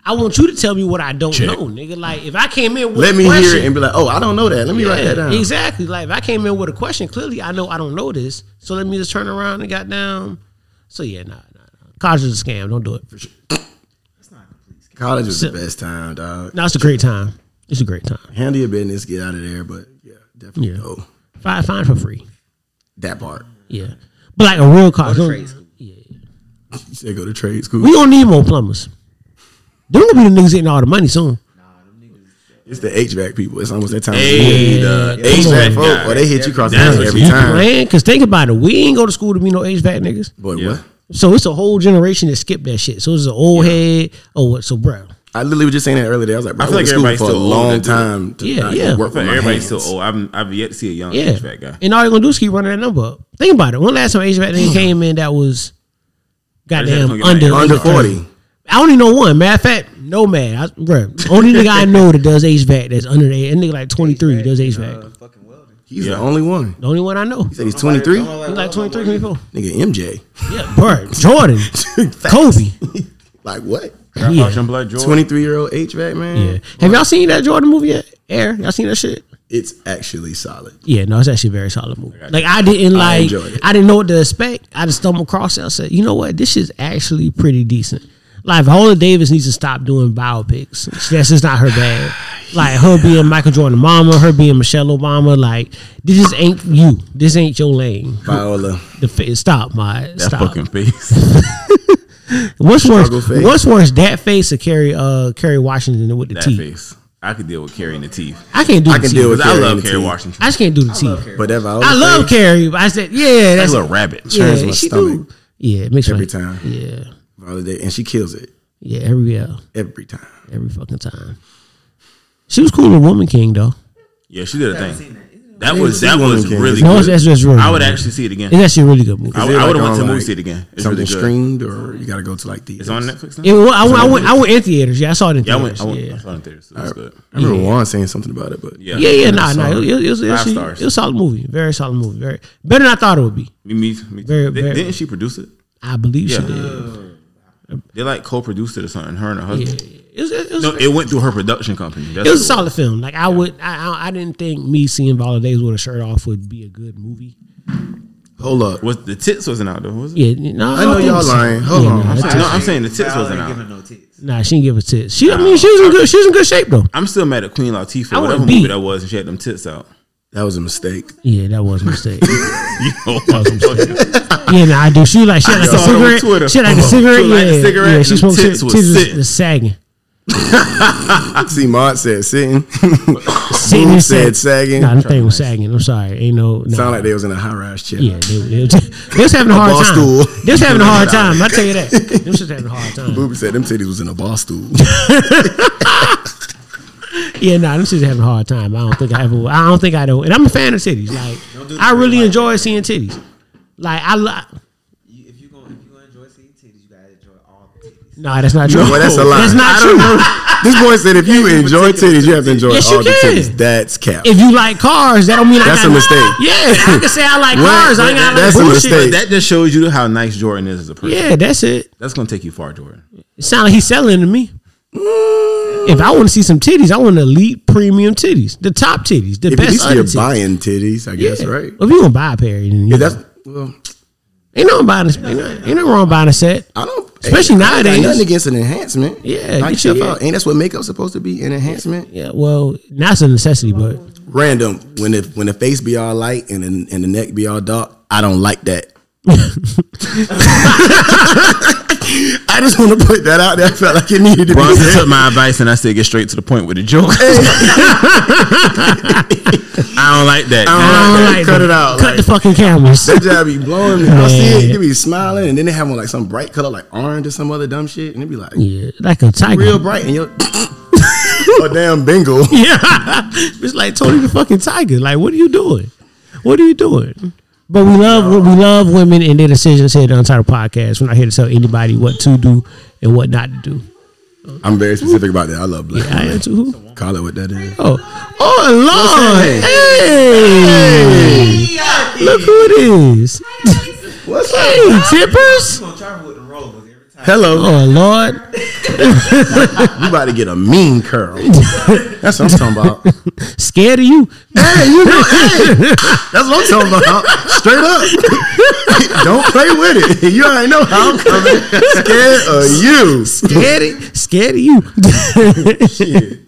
F: I want you to tell me what I don't
G: Check.
F: know, nigga. Like, if I came in with
G: Let
F: a
G: me
F: question,
G: hear it and be like, oh, I don't know that. Let me write that down.
F: Exactly. Like if I came in with a question, clearly I know I don't know this. So let me just turn around and got down. So yeah, nah, nah, nah. College is a scam. Don't do it.
G: College was
F: So-
G: the best time, dog.
F: Now it's a great time. It's a great time.
G: Handle your business, get out of there. But yeah, definitely
F: Yeah.
G: go
F: Find find for free.
G: that part.
F: Yeah. But like a real college.
H: Go to
F: don't-
H: trade school.
G: You said go to trade school.
F: We don't need more plumbers. They're gonna be the niggas getting all the money soon.
G: It's the HVAC people. It's almost that time.
I: Hey,
G: of
I: the
G: the year. HVAC
I: HVAC
G: folk,
I: guy.
G: or they hit you across the
I: That's
G: head
I: what
G: every
I: you
G: time.
F: Man, cause think about it. We ain't go to school to be no HVAC niggas.
G: Boy,
I: Yeah.
G: what?
F: So it's a whole generation that skipped that shit. So it's an old head. Oh what so bro.
G: I literally was just saying that earlier. today. I was like, bro, I,
I: I feel
G: went
I: like
G: to school
I: everybody's
G: for a
I: still old
G: long
I: that do it.
G: time. To
F: Yeah,
G: not
F: yeah.
G: Work
I: But
G: with my
I: everybody's so
G: hands.
I: old. I'm, I've yet to see a young
F: Yeah.
I: HVAC guy.
F: And all you're gonna do is keep running that number up. Think about it. When last time HVAC nigga came in that was goddamn
I: Under-
F: under
G: Under 40.
F: I only know one. Matter of fact, no man. I, bro, only nigga I know that does HVAC that's under the and nigga like 23 does HVAC.
H: Uh, fucking welding.
G: He's the only one.
F: The only one I know.
G: He said he's 23. Nigga,
F: He like 23, 24.
G: MJ.
F: Yeah, bro. Jordan,
G: <laughs>
F: Kobe.
G: Like, what?
F: Yeah.
I: Russian blood George.
G: 23 year old HVAC, man?
F: Yeah. Have y'all seen that Jordan movie yet? Air? Y'all seen that shit?
G: It's actually solid.
F: Yeah, no, it's actually a very solid movie. Like I didn't
G: I
F: like
G: enjoyed it.
F: I didn't know what to expect. I just stumbled across it. I said, you know what? This is actually pretty decent. Like Viola Davis needs to stop doing biopics. That's just not her bag. Like her being Michael Jordan mama, her being Michelle Obama, like this just ain't you. This ain't your lane.
I: <laughs>
G: Viola.
F: The fa- stop, my
I: That
F: stop.
I: fucking face.
F: What's
G: Struggle
F: worse?
G: face.
F: What's worse? That face of Kerry, uh, Kerry Washington with the
I: that
F: teeth.
I: face. I could deal with carrying the teeth.
F: I can't do.
G: I
F: the
G: can
F: teeth.
G: deal with
I: 'Cause I
G: Carrying
I: love
G: the
I: Kerry
G: teeth.
I: Washington.
F: I just can't do the teeth.
G: But that Viola.
F: I love
G: thing,
F: Carrie. but I said, yeah,
I: That
F: that's
I: little rabbit.
G: turns
F: yeah,
G: my
F: she
G: stomach
F: do. Yeah, it makes
G: every
F: my-
G: time.
F: Yeah,
G: Viola Davis, and she kills it
F: yeah, every yeah,
G: every time.
F: every fucking time. She was cool in Woman King though.
I: Yeah, she did a thing. That was that
G: Woman
I: was
G: King.
I: really
F: No,
I: good.
F: that's that's really.
I: I would
F: good.
I: actually see it again.
F: It's actually a really good movie.
I: I,
G: Is it
I: I would
G: like
I: have went to
G: on,
I: the movie
G: like,
I: see it again. It's
G: something
I: really good.
G: streamed, or you got to go to like the.
I: It's on Netflix now.
F: It wa- I, went, I went. I went in theaters. Yeah, I saw it in
I: Yeah, I
F: theaters.
I: went. I went.
F: yeah.
I: I saw it in theaters. So it was good.
G: I remember Juan saying something about it, but
I: Yeah.
F: yeah, yeah, nah, nah. It, it, it, was- it,
I: Five
F: was- it
I: stars.
F: was a solid movie. Very solid movie. Very better than I thought it would be.
I: Me, me, me.
F: Very,
I: Di-
F: very-
I: Didn't she produce it?
F: I believe she
I: Yeah. Uh,
F: did.
I: They like co-produced it or something. Her and her
F: Yeah,
I: husband.
F: it was, it was,
I: No, it went through her production company. That's
F: it was a
I: what
F: solid film. Like I would, I, I, I didn't think me seeing Valdez with a shirt off would be a good movie.
G: Hold up.
I: was the tits wasn't out though? Was it?
F: Yeah, no,
G: I know
F: don't
G: y'all
F: think so.
G: lying. Hold
F: Yeah,
G: on.
F: nah,
G: I'm
F: I-
I: No, I'm saying the tits
H: Val
I: wasn't
H: ain't
I: out.
H: giving no tits.
F: nah, she didn't give a tit. She, I mean, she was in good, she was in good shape though.
I: I'm still mad at Queen Latifah,
F: I
I: whatever
F: wouldn't be.
I: movie that was, and she had them tits out. <laughs>
G: That was a mistake.
F: Yeah, that was a mistake.
I: You know,
F: <laughs>
I: motherfucker.
F: yeah, nah, I do. She like she had like
I: I
F: a
I: saw it on
F: cigarette.
I: Twitter.
F: She had like a
I: Oh,
F: cigarette.
I: she like a
F: Yeah,
I: cigarette
F: yeah.
I: and
F: She
I: them
F: smoked
I: tits
F: tits,
I: was
F: tits was,
I: sitting.
F: was sagging.
G: See, Mod said
F: <laughs>
G: sitting.
F: Sitting
G: Boom
F: and
G: said
F: sag-
G: sagging.
F: Nah, the thing was sagging. I'm sorry, ain't no. no.
G: Sound like they was in a high rise chair.
F: yeah, they, they, was- they was having a
G: bar
F: hard time.
G: stool.
F: They was having a hard time. I tell you that. They was just having a hard time.
G: Booby said them titties was in a bar
F: <laughs>
G: stool.
F: Yeah, nah, them cities having a hard time. I don't think I ever. I don't think I know. And I'm a fan of cities. Like I really enjoy seeing titties. Like I. Li-
H: You, if you gonna if you gonna enjoy seeing titties, you gotta enjoy all the titties.
F: nah, that's not true.
G: Boy, that's a lie.
F: That's not
G: I
F: true.
G: don't this boy said if you enjoy titties, you have to enjoy
F: Yes, you
G: all the
F: can.
G: titties. That's cap.
F: If you like cars, that don't mean
G: That's
F: I
G: a
F: got
G: mistake.
F: Yeah, I can say I like
G: What?
F: cars. I ain't got like
G: That's a
F: bullshit.
G: mistake.
I: that just shows you how nice Jordan is as a person.
F: Yeah, that's it.
I: That's gonna take you far, Jordan. <laughs>
F: It sounds like he's selling to me. If I want to see some titties, I want elite premium titties, the top titties, the
G: If at
F: best.
G: least you're
F: titties.
G: buying titties, I guess,
F: Yeah.
G: right?
F: If you gonna buy a pair, then you
G: Yeah, that's well.
F: ain't no buying. A, ain't, no, ain't nothing wrong buying a set.
G: I don't.
F: Especially
G: ain't- I ain't got
F: nowadays.
G: nothing against an enhancement.
F: Yeah,
G: knock
F: get your-
G: yourself out. Ain't that's what makeup's supposed to be? An enhancement.
F: Yeah, well, now it's a necessity, but
G: Random. When the when the face be all light and the, and the neck be all dark, I don't like <laughs> that. I just want to put that out there. I felt like it needed to be
I: Bronson
G: said.
I: took my advice and I said get straight to the point with the joke. <laughs> I don't like that.
G: I
F: I
G: don't
F: don't
G: like that.
F: like
G: Cut
F: them.
G: it out.
F: Cut
G: like,
F: the fucking
G: <laughs>
F: cameras.
G: that job be blowing me. I see
F: Man.
G: it. You be smiling, and then they have on like some bright color, like orange or some other dumb shit, and it be like
F: yeah, like a tiger.
G: real bright, and <laughs> you're a damn bingo.
F: Yeah, it's like Tony the fucking Tiger. Like, what are you doing? What are you doing? But we love we love women and their decisions here at the Untitled Podcast. We're not here to tell anybody what to do and what not to do.
G: I'm very specific about that. I love black.
F: I
G: women.
F: am too.
G: Call it what that is.
F: Oh, oh Lord! Hey. look who it is!
G: What's
F: Hey, tippers!
H: You gonna try with the rollers every time.
G: Hello.
F: Oh Lord!
G: You about to get a mean curl. That's what I'm talking about.
F: Scared of you?
G: Hey, you know, hey, that's what I'm talking about. Straight up. Don't play with it. You already know how I'm coming. Scared of you.
F: Scared? of- scared of you? <laughs>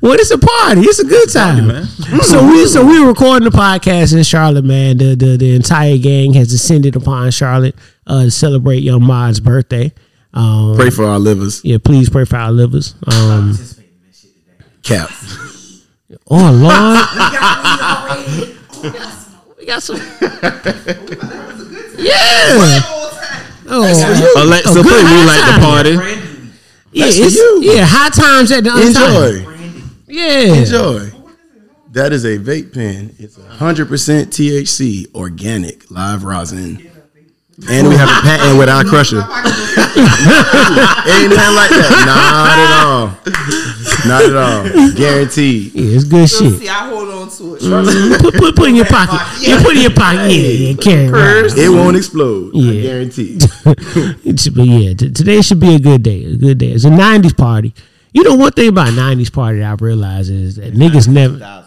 F: Well, it's a party. It's a good time. so we so we were recording the podcast in Charlotte, man. The the, the entire gang has descended upon Charlotte uh, to celebrate Young Mod's birthday. Um,
G: Pray for our livers.
F: yeah, please pray for our livers. Um,
G: Cap.
F: <laughs> oh <laughs> Lord, we got some. Yeah. Oh,
I: Alexa,
F: good
I: play we
F: high
I: like the
F: five.
I: party.
H: Brandy,
F: yeah,
G: That's for
F: it's,
G: you.
F: yeah. High times at the untitled.
G: Enjoy.
H: Brandy.
F: Yeah.
G: Enjoy. That is a vape pen. It's 100% THC, organic, live rosin. And we have a patent with our crusher. Ain't nothing like that. Not at all. Not at all. Guaranteed.
F: Yeah, it's good shit.
C: See, I hold on to it.
F: put, put, put in your
G: <laughs>
F: pocket. You put it in your pocket. Yeah, yeah, carry around.
G: It won't explode.
F: Yeah.
G: I
F: <laughs>
G: guarantee.
F: It should be, yeah, t- today should be a good day. A good day. It's a '90s party. You know, one thing about '90s party that I realize is that niggas never.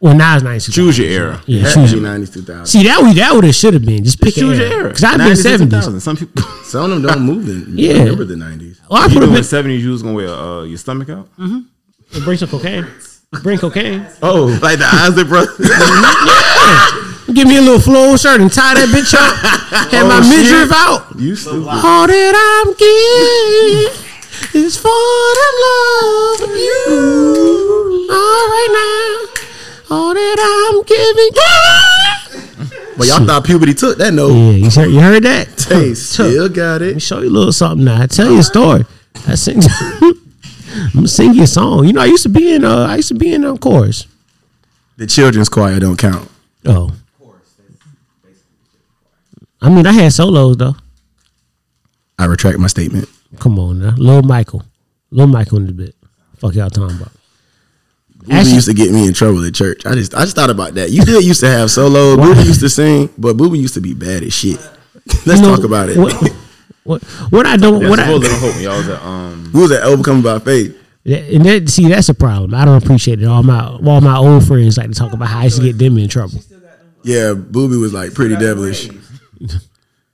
F: Well, now it's '90s.
I: Choose your era.
F: Yeah,
G: That
F: choose
G: be
F: your-
G: 90s, 2000s.
F: See that we that would have should have been just pick
I: Choose
F: an
I: your era.
F: Cause I've been
I: 90s and
F: '70s.
I: 2000s. Some people
G: Some of them don't move in.
F: Yeah. Oh,
G: Remember the 90s.
F: Well, I
I: you
F: put
I: know in
F: been
I: seventies you was gonna wear uh, your stomach out?
F: bring some cocaine. Bring cocaine.
I: Oh. Like the Isaac brothers. <laughs>
F: Give me a little flow shirt and tie that bitch
I: <laughs>
F: up. Have
I: Oh,
F: my midriff out.
G: You stupid.
F: All that I'm giving is for the love of you. All right now, all that I'm giving.
G: But y'all thought puberty took that note.
F: Yeah, you heard, you heard that?
G: Hey, still got
F: Let me
G: it.
F: show you a little something now. I tell you a story. I sing. <laughs> I'm gonna sing you a song. You know, I used to be in. Uh, I used to be in a chorus.
G: The children's choir don't count.
F: Oh. I mean, I had solos though.
G: I retract my statement.
F: Come on now, Lil Michael, Lil Michael in the bit. Fuck y'all talking about.
G: Booby used to get me in trouble at church. I just I just thought about that. You did used to
F: <laughs>
G: have solo. Booby used to sing, but Booby used to be bad as shit. <laughs> Let's
F: You know,
G: talk about it.
F: what- What what I don't what
I: That's full
F: I
I: of hope. Y'all was at um
G: <laughs> We was at Overcoming by Faith.
F: and that see that's a problem. I don't appreciate it. All my all my old friends like to talk about how I used to get them in trouble.
G: Yeah, Booby was like pretty
F: <laughs>
G: devilish.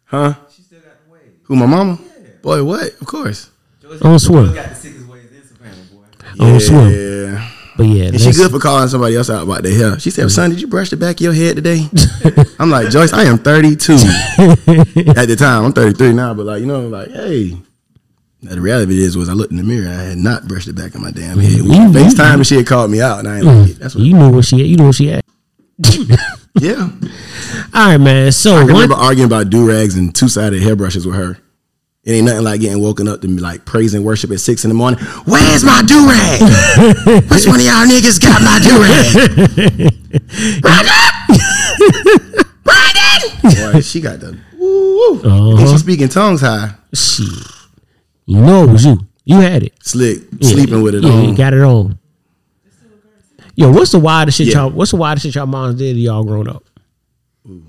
G: Huh?
H: She still got the waves.
G: Who, my mama? Boy, what? Of course.
H: Joy's
F: On
H: Joy's
F: swim,
H: got the sickest waves in Savannah, boy.
F: on swim.
G: Yeah.
F: But yeah,
G: And she
F: that's-
G: good for calling somebody else out about their hair. She said, son, did you brush the back of your head today? I'm like, Joyce, I am 32. At the time, I'm 33 now, but like, you know, like, hey. Now, the reality of it is, was I looked in the mirror and I had not brushed the back of my damn head. We
F: You-
G: FaceTime and she had called me out, and I ain't like, it. that's what,
F: you knew where she at. You knew where she at.
G: yeah.
F: All right, man. So
G: I
F: one,
G: remember arguing about do rags and two sided hairbrushes with her. It ain't nothing like getting woken up to be like praise and worship at six in the morning. Where's my do rag?
F: <laughs>
G: Which one of y'all niggas got my do rag? Brandon! Boy, she got the. Woo, woo. And
F: Uh-huh.
G: she speaking tongues high.
F: she, you know it was you. You had it.
G: Slick,
F: Yeah,
G: sleeping with it
F: yeah,
G: on.
F: you got it on. Yo, what's the wildest shit
G: Yeah.
F: y'all? What's the wildest shit y'all moms did to y'all grown up?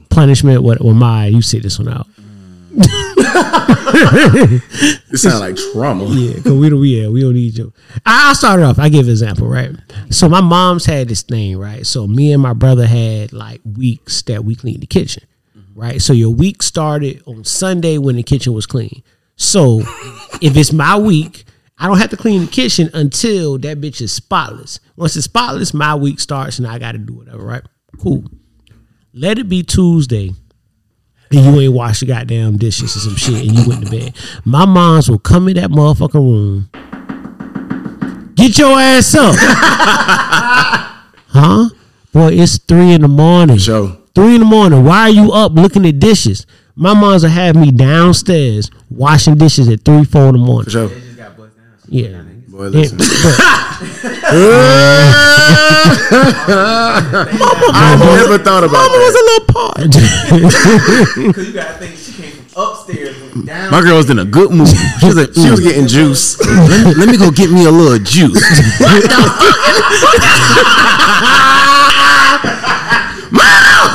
F: Punishment. What? Well, my, you sit this one out.
G: it sound like trauma. <laughs>
F: Yeah, cause we don't. Yeah, we don't need you. I, I'll start it off. I give an example, right? So my mom's had this thing, right? So me and my brother had like weeks that we cleaned the kitchen, right? So your week started on Sunday when the kitchen was clean. So if it's my week, I don't have to clean the kitchen until that bitch is spotless. Once it's spotless, my week starts and I got to do whatever, right? Cool. Let it be Tuesday and you ain't washed the goddamn dishes or some shit and you went to bed. My moms will come in that motherfucking room. Get your ass up. huh? Boy, it's three in the morning.
G: Joe.
F: Three in the morning. Why are you up looking at dishes? My moms will have me downstairs washing dishes at three, four in the morning.
G: Joe.
F: Yeah.
G: Boy,
F: Yeah, <laughs>
G: listen.
F: but
G: I never thought about that.
F: was a little part. <laughs>
H: Because you gotta think she came from upstairs and down.
I: my girl was in a good <laughs> mood. She was like,
G: She was getting juice.
I: let, me, let me go get me a little juice.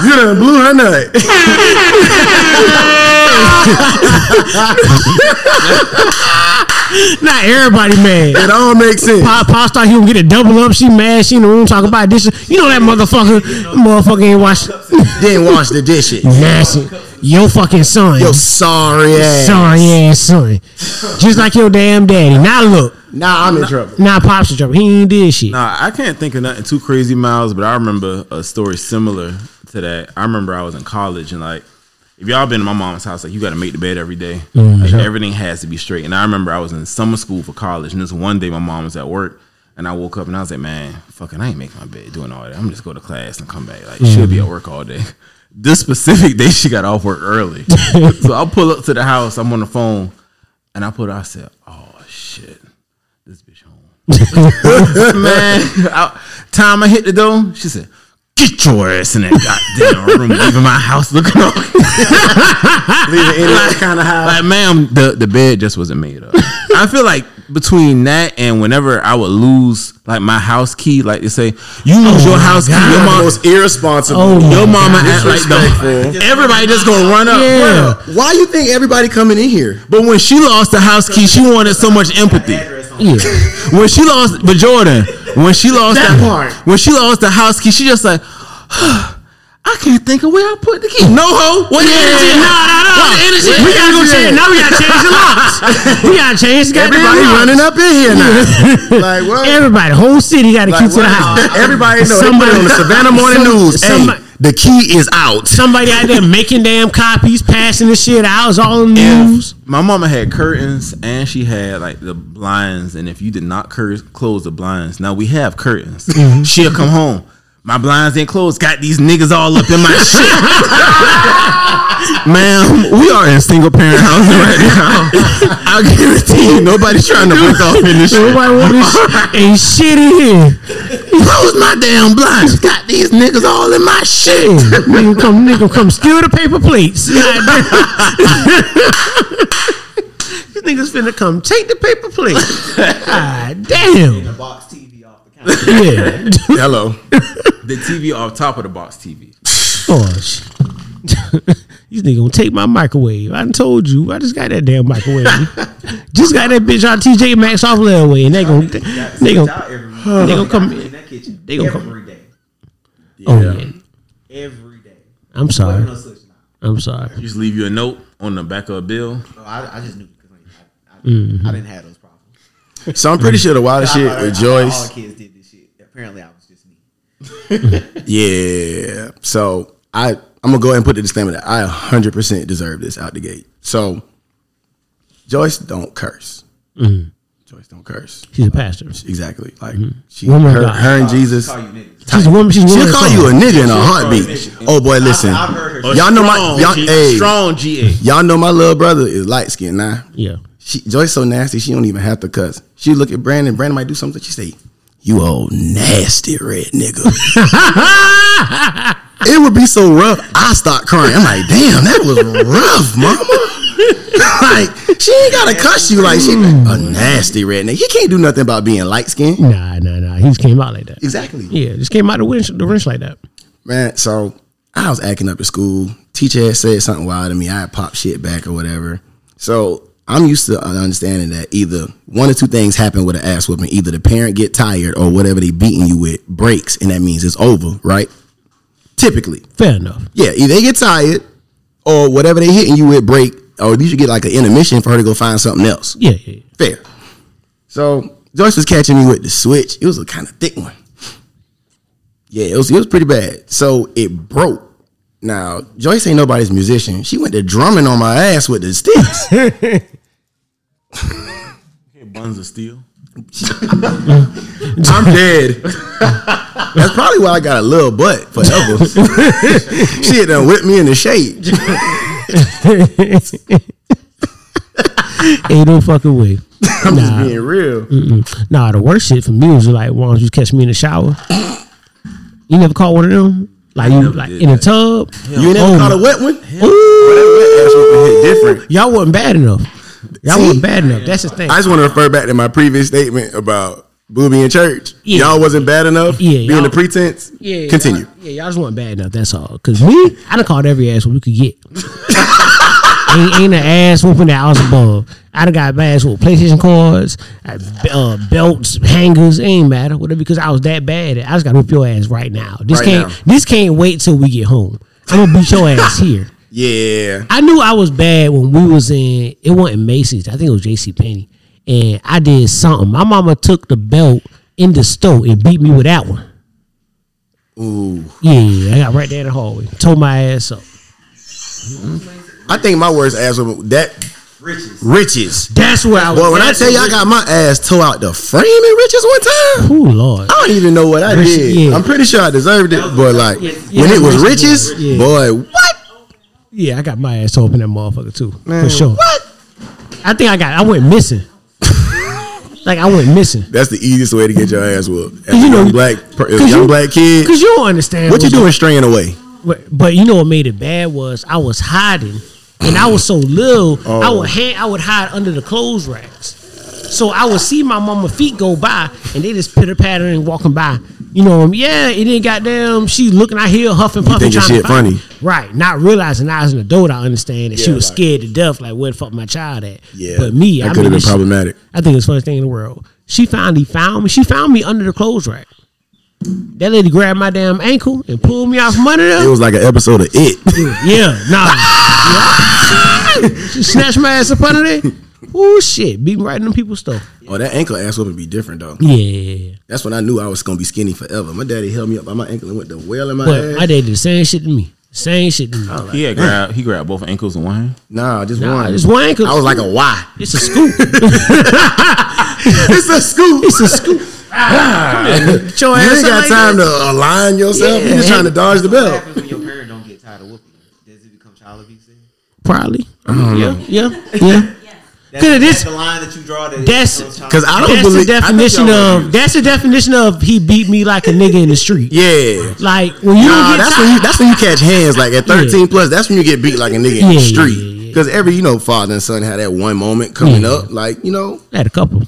G: You done blew her nut.
F: Not everybody mad.
G: It all makes sense.
F: Pop, pop star, he gonna get a double up. She mad. She in the room talking about dishes. You know that motherfucker. Motherfucker ain't watch. <laughs>
G: Didn't wash the dishes.
F: Nasty. Your fucking son.
G: Yo, sorry ass.
F: sorry ass son. Just like your damn daddy. Now look.
G: Nah, I'm in trouble.
F: Now pops in trouble. He ain't did shit.
I: Nah, I can't think of nothing too crazy, Miles, but I remember a story similar to that. I remember I was in college and like, if y'all been to my mom's house, like you got to make the bed every day. Like, everything has to be straight. And I remember I was in summer school for college, and this one day my mom was at work, and I woke up and I was like, man, fucking, I ain't making my bed, doing all that. I'm just go to class and come back. Like she'll be at work all day. <laughs> This specific day, she got off work early, so I pull up to the house. I'm on the phone, and I put. I said, oh shit, this bitch home man. Uh, <laughs> I, time I hit the door, she said, "Get your ass in that goddamn room, leaving my house looking all <laughs>
G: Any kind of high.
I: like, ma'am, the the bed just wasn't made up." I feel like between that and whenever I would lose like my house key, like they say, you lose your house key, your mom.
G: Most irresponsible.
F: Oh, my
I: Your mama act like the,
G: Disrespectful.
I: everybody just gonna <laughs> run up.
F: Yeah.
G: Why you think everybody coming in here?
I: But when she lost the house key, she wanted so much empathy.
F: Yeah.
I: When she lost, but Jordan, when she lost
G: That
I: the-
G: part.
I: when she lost the house key, she just like, <sighs> I can't think of where I put the key. No ho, what the energy?
F: Yeah, nah, nah, nah.
I: What the energy?
F: We gotta go change. Now we gotta change the locks. we gotta change the goddamn
G: Everybody
F: locks.
G: running
F: <laughs>
G: up in here
I: <laughs>
G: now. like what?
F: Everybody, whole city got a key
G: like,
F: to the house.
G: Everybody know.
F: Somebody-
G: Somebody on the Savannah Morning
I: <laughs>
F: some-
G: News.
F: somebody-
G: hey, the key is out.
F: Somebody out there making damn copies, passing this shit out. It's all in the news.
I: My mama had curtains and she had like the blinds, and if you did not cur- close the blinds, now we have curtains. She'll come home. My blinds ain't closed. Got these niggas all up in <laughs> my shit. Ma'am, <laughs> we are in single parent housing
G: <laughs>
I: right now. I <laughs> guarantee you, nobody's trying to break off in this shit.
F: Nobody <laughs> want this shit. Ain't shit in here.
I: Close my damn blinds. Got these niggas all in my shit.
F: nigga come, nigga come steal the paper
I: <laughs>
F: plates. Goddamn. These niggas finna come take the paper plates. God damn.
H: Box TV off the counter.
F: Yeah. <laughs>
G: Hello.
I: The TV off top of the box TV.
F: Oh, sh- <laughs> these niggas gonna take my microwave. I done told you. I just got that damn
I: <laughs>
F: microwave. just got that bitch out TJ Maxx off layaway, and they gonna they
H: They
F: gonna
H: out every week.
F: <sighs> they gonna
H: gotta
F: come-
H: be in that kitchen.
F: they gonna come-
H: every day.
F: oh yeah.
H: Every day.
F: I'm sorry.
H: Ain't no switching out.
F: I'm sorry.
I: Just leave you a note on the back of a bill.
H: No, I, I just knew because I, I,
F: Mm-hmm.
H: I didn't have those problems.
G: So I'm pretty sure the wildest
H: I
G: shit
H: thought- I
G: with
H: thought All
G: Joyce.
H: kids did this shit. Apparently, I was just me.
G: Yeah. So I I'm gonna go ahead and put the disclaimer that I 100 percent deserve this out the gate. So Joyce don't curse. Joyce don't curse.
F: She's a pastor.
G: Exactly. Like she
F: Woman of
G: her,
F: God.
G: her and Jesus.
H: Call you niggas.
F: She's a woman. She's a woman.
G: She'll call you a nigga in a heartbeat. Oh boy, listen.
H: I've heard her.
G: Y'all know my
I: Strong
G: y'all,
I: G-
G: hey,
I: strong GA.
G: y'all know my little brother is light skinned now.
F: Yeah.
G: She Joyce so nasty she don't even have to cuss. She look at Brandon. Brandon might do something. She say, "You old nasty red nigga." it would be so rough. I start crying. I'm like, "Damn, that was rough, mama." <laughs> like she ain't gotta cuss you. Like she a nasty red nigga. He can't do nothing about being light skinned.
F: Nah, nah, nah. He just came out like that.
G: Exactly.
F: Yeah, just came out the wrench, the wrench like that.
G: Man, so I was acting up at school. Teacher had said something wild to me. I had popped shit back or whatever. So I'm used to understanding that either one or two things happen with an ass whooping. Either the parent get tired or whatever they beating you with breaks, and that means it's over, right? Typically.
F: Fair enough.
G: Yeah, either they get tired or whatever they hitting you with break, or you should get like an intermission for her to go find something else.
F: Yeah, yeah.
G: Fair. So Joyce was catching me with the switch. It was a kind of thick one. Yeah, it was it was pretty bad. So it broke. Now Joyce ain't nobody's musician. She went to drumming on my ass with the sticks.
I: Buns of steel.
G: <laughs> I'm dead. <laughs> That's probably why I got a little butt <laughs> forever. she had done whipped me in the shade.
F: Ain't no fucking way.
G: I'm just being real.
F: Nah, the worst shit for me was like, why don't you catch me in the shower? You never caught one of them? Like you like in a tub?
G: You ain't
F: Oh,
G: never caught a wet one.
F: Ooh,
G: That ass whooping hit different.
F: y'all wasn't bad enough. Y'all
G: See?
F: wasn't bad enough. That's the thing.
G: I just want to refer back to my previous statement about Booby in church.
F: Yeah.
G: Y'all wasn't bad enough.
F: Yeah, y'all-
G: being the pretense.
F: yeah,
G: continue.
F: Y'all, yeah, y'all just wasn't bad enough. That's all. Cause me, I done called every ass whoop we could get. <laughs> ain't, ain't an ass whooping that I was above. I done got bad ass with PlayStation cards, I- uh, belts, hangers. It ain't matter whatever because I was that bad. I just got to whoop your ass right now. This
G: Right
F: can't.
G: now.
F: This can't wait till we get home. I'm gonna beat your ass here.
G: Yeah,
F: I knew I was bad when we was in. It wasn't Macy's. I think it was J.C. Penney, and I did something. My mama took the belt in the store and beat me with that one. Ooh. Yeah, yeah, I got right there in the hallway. Tore my ass up.
G: I think my worst ass was that
H: Riches.
G: riches.
F: That's where I was.
G: Well, when I tell you I got my ass tore out the frame in riches one time,
F: Oh Lord.
G: I don't even know what I
F: Riches,
G: did.
F: yeah.
G: I'm pretty sure I deserved it, but like
F: yeah,
G: when it was
F: riches,
G: riches,
F: yeah.
G: boy, what?
F: Yeah, I got my ass tore up in that motherfucker too, for sure. What? I think I got. I went missing. <laughs> like I went missing.
G: That's the easiest way to get your ass whooped. As
F: you
G: a
F: know-
G: young black, per- as a
F: 'cause
G: young
F: you-
G: black kid,
F: Cause you don't understand
G: what you doing straying away?
F: But, but you know what made it bad was I was hiding, and I was so little. I
G: Oh.
F: would hand, I would hide under the clothes racks, so I would see my mama feet go by, and they just pitter pattering walking by. You know, um, yeah, and then goddamn, she looking out here huffing puffing.
G: think your
F: trying
G: shit
F: to find
G: funny.
F: me. right? Not realizing I was an adult, I understand that she
G: Yeah,
F: was
G: like-
F: scared to death. Like where the fuck my child at?
G: Yeah,
F: but me,
G: that
F: I
G: could have
F: mean,
G: been
F: this-
G: problematic.
F: I think it's the funniest thing in the world. She finally found me. She found me under the clothes rack. That lady grabbed my damn ankle and pulled me out from under there.
G: It was like an episode of it.
F: Yeah, nah. Yeah. She snatched my ass up under there. Oh shit, beat me right in them people's stuff.
G: oh, that ankle ass whooping be different though.
F: Yeah,
G: That's when I knew I was gonna be skinny forever. My daddy held me up by my ankle and went to wail in my
F: but
G: ass.
F: my dad did the same shit to me. Same shit to me.
I: He had grabbed he grabbed both ankles in one hand.
G: nah, just
F: Nah,
G: one.
F: it's one ankle.
G: I was like a why?
F: it's a scoop.
G: <laughs>
F: <laughs>
G: it's a scoop.
F: It's a scoop. Get your
G: you
F: ass
G: ain't
F: up
G: got
F: like
G: time
F: that.
G: to align yourself.
F: Yeah.
G: you just trying to dodge the
H: What
G: belt.
H: happens when your parent don't get tired of whooping? you? Does it become child abuse? then?
F: Probably. yeah, yeah, <laughs> yeah.
H: That's,
F: Could it-
H: that's
F: this-
H: the line that you draw. That it
F: that's-
H: becomes child
G: Because I don't
F: That's
G: believe.
F: the
G: I think
F: definition
G: y'all
F: of.
G: were-
F: That's the definition of he beat me like a nigga in the street.
G: Yeah.
F: Like when you
G: Nah,
F: don't get
G: that's
F: tired.
G: when you that's when you catch hands like at 13 plus. That's when you get beat like a nigga in the
F: Yeah, yeah, yeah,
G: street.
F: yeah.
G: Because every you know father and son had that one moment coming
F: Yeah.
G: up, like you know,
F: I had a couple.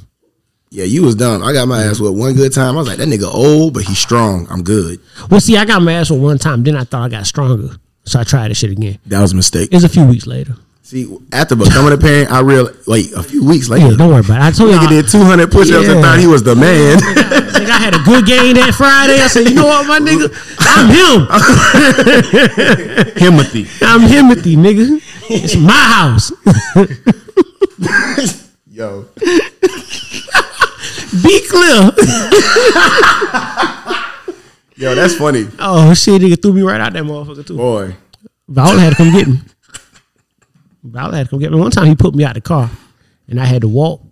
G: Yeah, you was dumb. I got my ass with one good time. I was like, that nigga old, but he's strong. I'm good.
F: Well, see, I got my ass for one time. Then I thought I got stronger, so I tried this shit again.
G: That was a mistake.
F: It's a few weeks later.
G: See, after becoming a parent, I realized like a few weeks later,
F: Yeah, don't worry about it. I told you
G: nigga
F: I,
G: did 200 push-ups
F: Yeah.
G: and thought he was the
I: <laughs>
G: man.
F: nigga, I had a good game that Friday. I said, you know what, my nigga, I'm him.
I: Himothy.
F: I'm him with you, nigga. It's my house.
G: Yo,
F: Be clear.
G: yo, that's funny,
F: Oh shit, nigga threw me right out that motherfucker too.
G: boy.
F: Viola had to come get me. Viola had to come get me. One time he put me out the car, and I had to walk.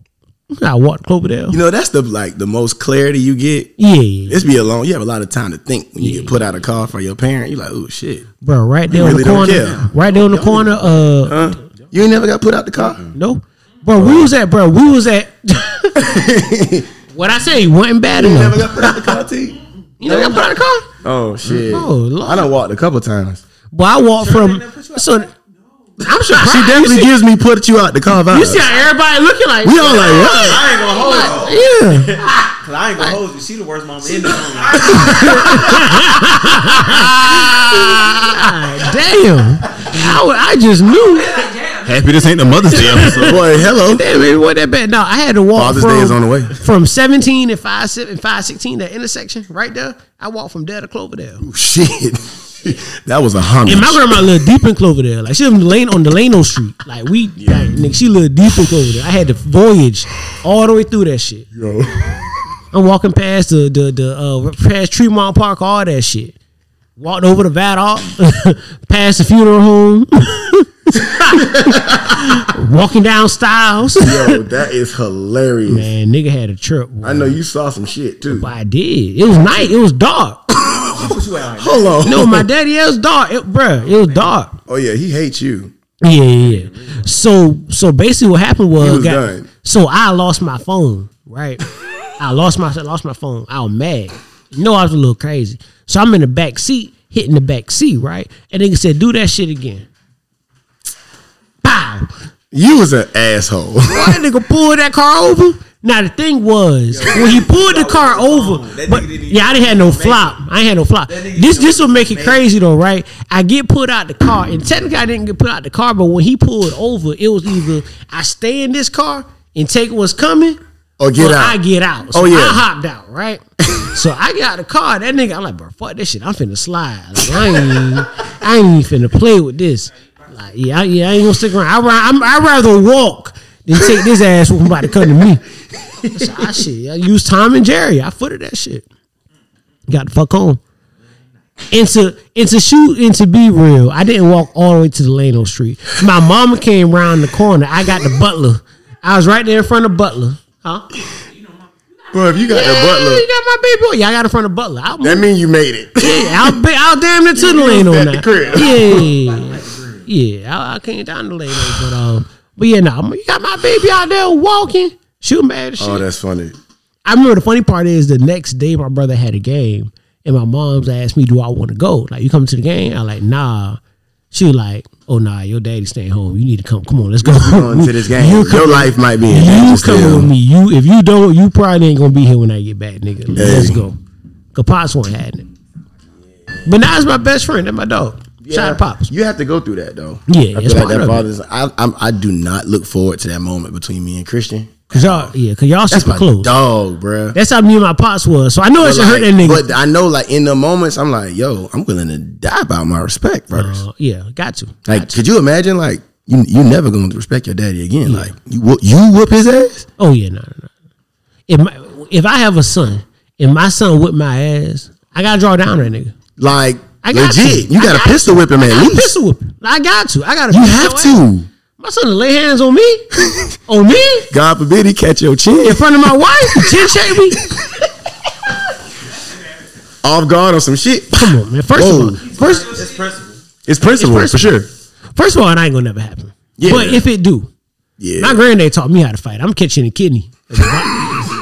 F: I walked Cloverdale.
G: You know, that's the like the most clarity you get.
F: yeah, yeah, yeah.
G: It's be alone. You have a lot of time to think when you get put out of car for your parent. You're like, oh shit,
F: bro, right there on
G: really
F: the
G: don't
F: corner.
G: care.
F: Right there on the corner. Uh,
G: you ain't never got put out the car.
F: No. Bro, we was at, bro, we
G: <laughs>
F: was at. what I say, wasn't bad
G: You never
F: enough.
G: got put out the car, T.
F: You know, I put out of the car.
G: Oh shit.
F: Oh, Ah, Lord.
G: I done walked a couple times.
F: But I walked from. So, I'm surprised.
G: She definitely
F: you see,
G: gives me put you out the car vibes.
F: you see how everybody looking like.
G: we all like, what?
H: I ain't gonna hold you.
F: Yeah.
H: Cause I ain't gonna hold you. She the worst mama in the room.
F: <laughs> Ah, <laughs> damn. I, wa- I just knew.
I: Happy this ain't the Mother's Day
G: <laughs>
I: episode.
G: Boy, hello.
F: Damn, it wasn't that bad. No, I had to walk
G: Father's
F: from,
G: Day is on the way.
F: From 17 and 5, 7, 5, 16, that intersection right there, I walked from there to
G: <laughs>
F: Cloverdale.
G: Shit. that was a homage.
F: And my grandma lived deep in Cloverdale. Like she lived in the lane on Delano Street. Like we, like, nigga, she lived deep in Cloverdale. I had to voyage all the way through that shit.
G: Yo.
F: <laughs> I'm walking past the the the uh, past Tremont Park, all that shit. Walked over to Vadar, <laughs> past the funeral home. <laughs> Walking down Styles,
G: Yo, that is hilarious.
F: man, nigga had a trip. boy.
G: I know you saw some shit too.
F: I did. It was night. It was dark.
G: Hold on.
F: No, my daddy. It was dark, it, bruh. It was dark.
G: Oh yeah, he hates you.
F: Yeah, yeah, yeah. So, so basically, what happened was,
G: He was
F: got-
G: done.
F: so I lost my phone. Right, <laughs> I lost my I lost my phone. I was mad. You know, I was a little crazy. So I'm in the back seat, hitting the back seat. Right, and nigga said, "Do that shit again." Pow!
G: You was an asshole. <laughs>
F: Boy, that nigga pulled that car over. Now the thing was, when he pulled the car over,
H: That nigga
F: but
H: didn't even
F: yeah, I didn't have no flop. I ain't had no flop.
H: nigga
F: This
H: didn't
F: this will make it
H: make it.
F: crazy though, right? I get pulled out the car, and technically I didn't get put out the car, but when he pulled over, it was either I stay in this car and take what's coming,
G: or get
F: or
G: out.
F: I get out. So
G: Oh, yeah.
F: I hopped
G: <laughs>
F: out, right? so I get out of the car. That nigga, I'm like, bro, fuck this shit. I'm finna slide. Like, I ain't, even- I ain't even finna play with this. Like, yeah, I, yeah, I ain't gonna stick around. I, ra- I'm, I'd rather walk than take this ass from about to come to me. So I shit, I used Tom and Jerry. I footed that shit. Got the fuck on. And to and to shoot and to be real, I didn't walk all the way to Delano Street. My mama came round the corner. I got the butler. I was right there in front of Butler. Huh?
G: Bro, if you got
F: Yeah,
G: the butler,
F: You got my baby boy. Yeah, I got in front of Butler. I'll,
G: that mean you made it. <laughs>
F: yeah, I'll, be, I'll damn near to the
G: at
F: lane on
G: the
F: that.
G: crib. <laughs>
F: Yeah, yeah. I, I came down the lane, on, but um, but yeah, no. you got my baby out there walking, shooting bad as shit.
G: oh, that's funny.
F: I remember the funny part is the next day my brother had a game and my mom's asked me, Do I want to go? Like, you coming to the game? I like, nah. She was like, Oh nah, your daddy's staying home. You need to come. Come on, let's go.
G: Going to this game,
F: <laughs> You
G: your
F: come,
G: life might be in
F: you
G: danger
F: come
G: still.
F: with me. You if you don't, you probably ain't gonna be here when I get back, nigga. Let's
G: Hey.
F: go. Cause Pops won't had it. But now it's my best friend and my dog. Shout out to Pops.
G: You have to go through that though.
F: Yeah,
G: I
F: it's
G: feel like
F: part of
G: that
F: it.
G: father's. I, I'm, I do not look forward to that moment between me and Christian.
F: Cause y'all yeah, cause y'all
G: That's
F: super
G: my
F: close.
G: dog, bro.
F: That's how me and my pops was. So I know it
G: But,
F: should hurt that
G: like,
F: nigga.
G: but I know, like in the moments, I'm like, yo, I'm willing to die about my respect, brothers.
F: Uh, yeah, got to.
G: like, could you imagine, like, you you never gonna respect your daddy again? Like, you whoop, you whoop his ass?
F: Oh yeah, no, no, no. If my, if I have a son and my son whip my ass, I gotta draw down that nigga.
G: Like,
F: I got
G: legit,
F: to.
G: you
F: I
G: got a
F: got
G: pistol whip him at
F: I
G: least.
F: pistol whip. him. I got to. I gotta.
G: You
F: beat
G: have
F: your ass.
G: to.
F: My son to lay hands on
G: <laughs>
F: me, on me in
G: God forbid he catch your chin
F: front of my wife, chin shake me.
G: off guard or some shit.
F: Come on, man. First
G: Whoa.
F: of all, first
H: That's principle.
G: It's principle
F: It's
G: for sure.
F: first of all, it ain't gonna never happen.
G: Yeah.
F: But if it do,
G: Yeah,
F: my granddad taught me how to fight. I'm catching a kidney.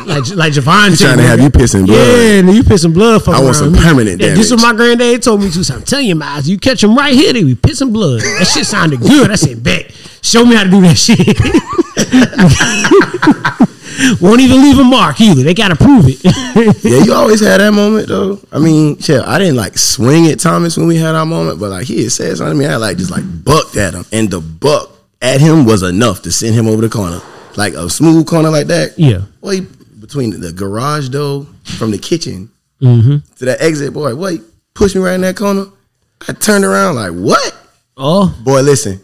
F: Like like Javon
G: He trying to have you pissing blood.
F: Yeah, and you pissing blood. fucking
G: I want
F: around
G: some
F: me.
G: permanent
F: Yeah, This is
G: damage.
F: what my granddad told me to. So I'm telling you, Miles, you catch them right here, they be pissing blood. That shit sounded good. I said, bet. Show me how to do that shit. <laughs> Won't even leave a mark either. They gotta prove it. <laughs>
G: Yeah, you always had that moment though. I mean, shit, I didn't like swing at Thomas when we had our moment, but like he had said something to me, I like just like bucked at him, and the buck at him was enough to send him over the corner, like a smooth corner like that.
F: Yeah.
G: boy, he- between the garage door from the kitchen
F: Mm-hmm.
G: to that exit, boy, boy, he pushed me right in that corner. I turned around like what?
F: oh,
G: Boy, listen,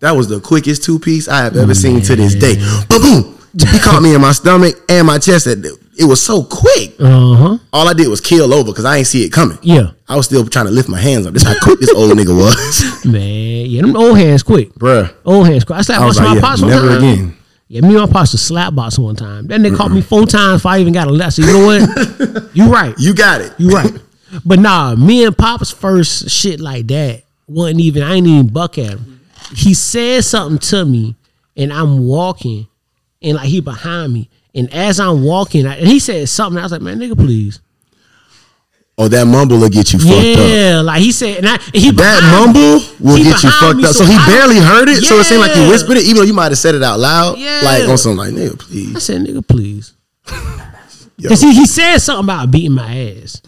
G: that was the quickest two piece I have ever seen to this day. Boom, boom. He caught me in my stomach and my chest. At the, it was so quick.
F: uh huh.
G: All I did was kill over because I ain't see it coming.
F: Yeah.
G: I was still trying to lift my hands up. That's how quick this old nigga
F: <laughs>
G: was,
F: Man, yeah, them old hands quick.
G: bruh.
F: Old hands quick. I slapped
G: I was
F: my,
G: like,
F: my
G: yeah,
F: pops one
G: never
F: time.
G: again.
F: Yeah, me and my pops was slap box one time. That nigga caught me four times before I even got a lesson. You
G: <laughs>
F: know what? you right.
G: You got it.
F: You
G: <laughs>
F: right. But nah, me and Pop's first shit like that wasn't even. I ain't even buck at him. He said something to me, and I'm walking, and like he behind me, and as I'm walking, I, and he said something. I was like, man, nigga, please.
G: Oh, that mumble will get you fucked up.
F: Yeah, like he said, and, I, and he
G: That
F: behind
G: mumble
F: me.
G: will
F: He
G: get you
F: behind
G: fucked
F: me,
G: up. So, he
F: I-
G: barely heard it. So it seemed like
F: Yeah.
G: you whispered it, even though you might have said it out loud.
F: Yeah.
G: Like on something like, nigga,
F: I
G: please.
F: said, nigga, please.
G: Yo.
F: Cause he, he said something about beating my ass,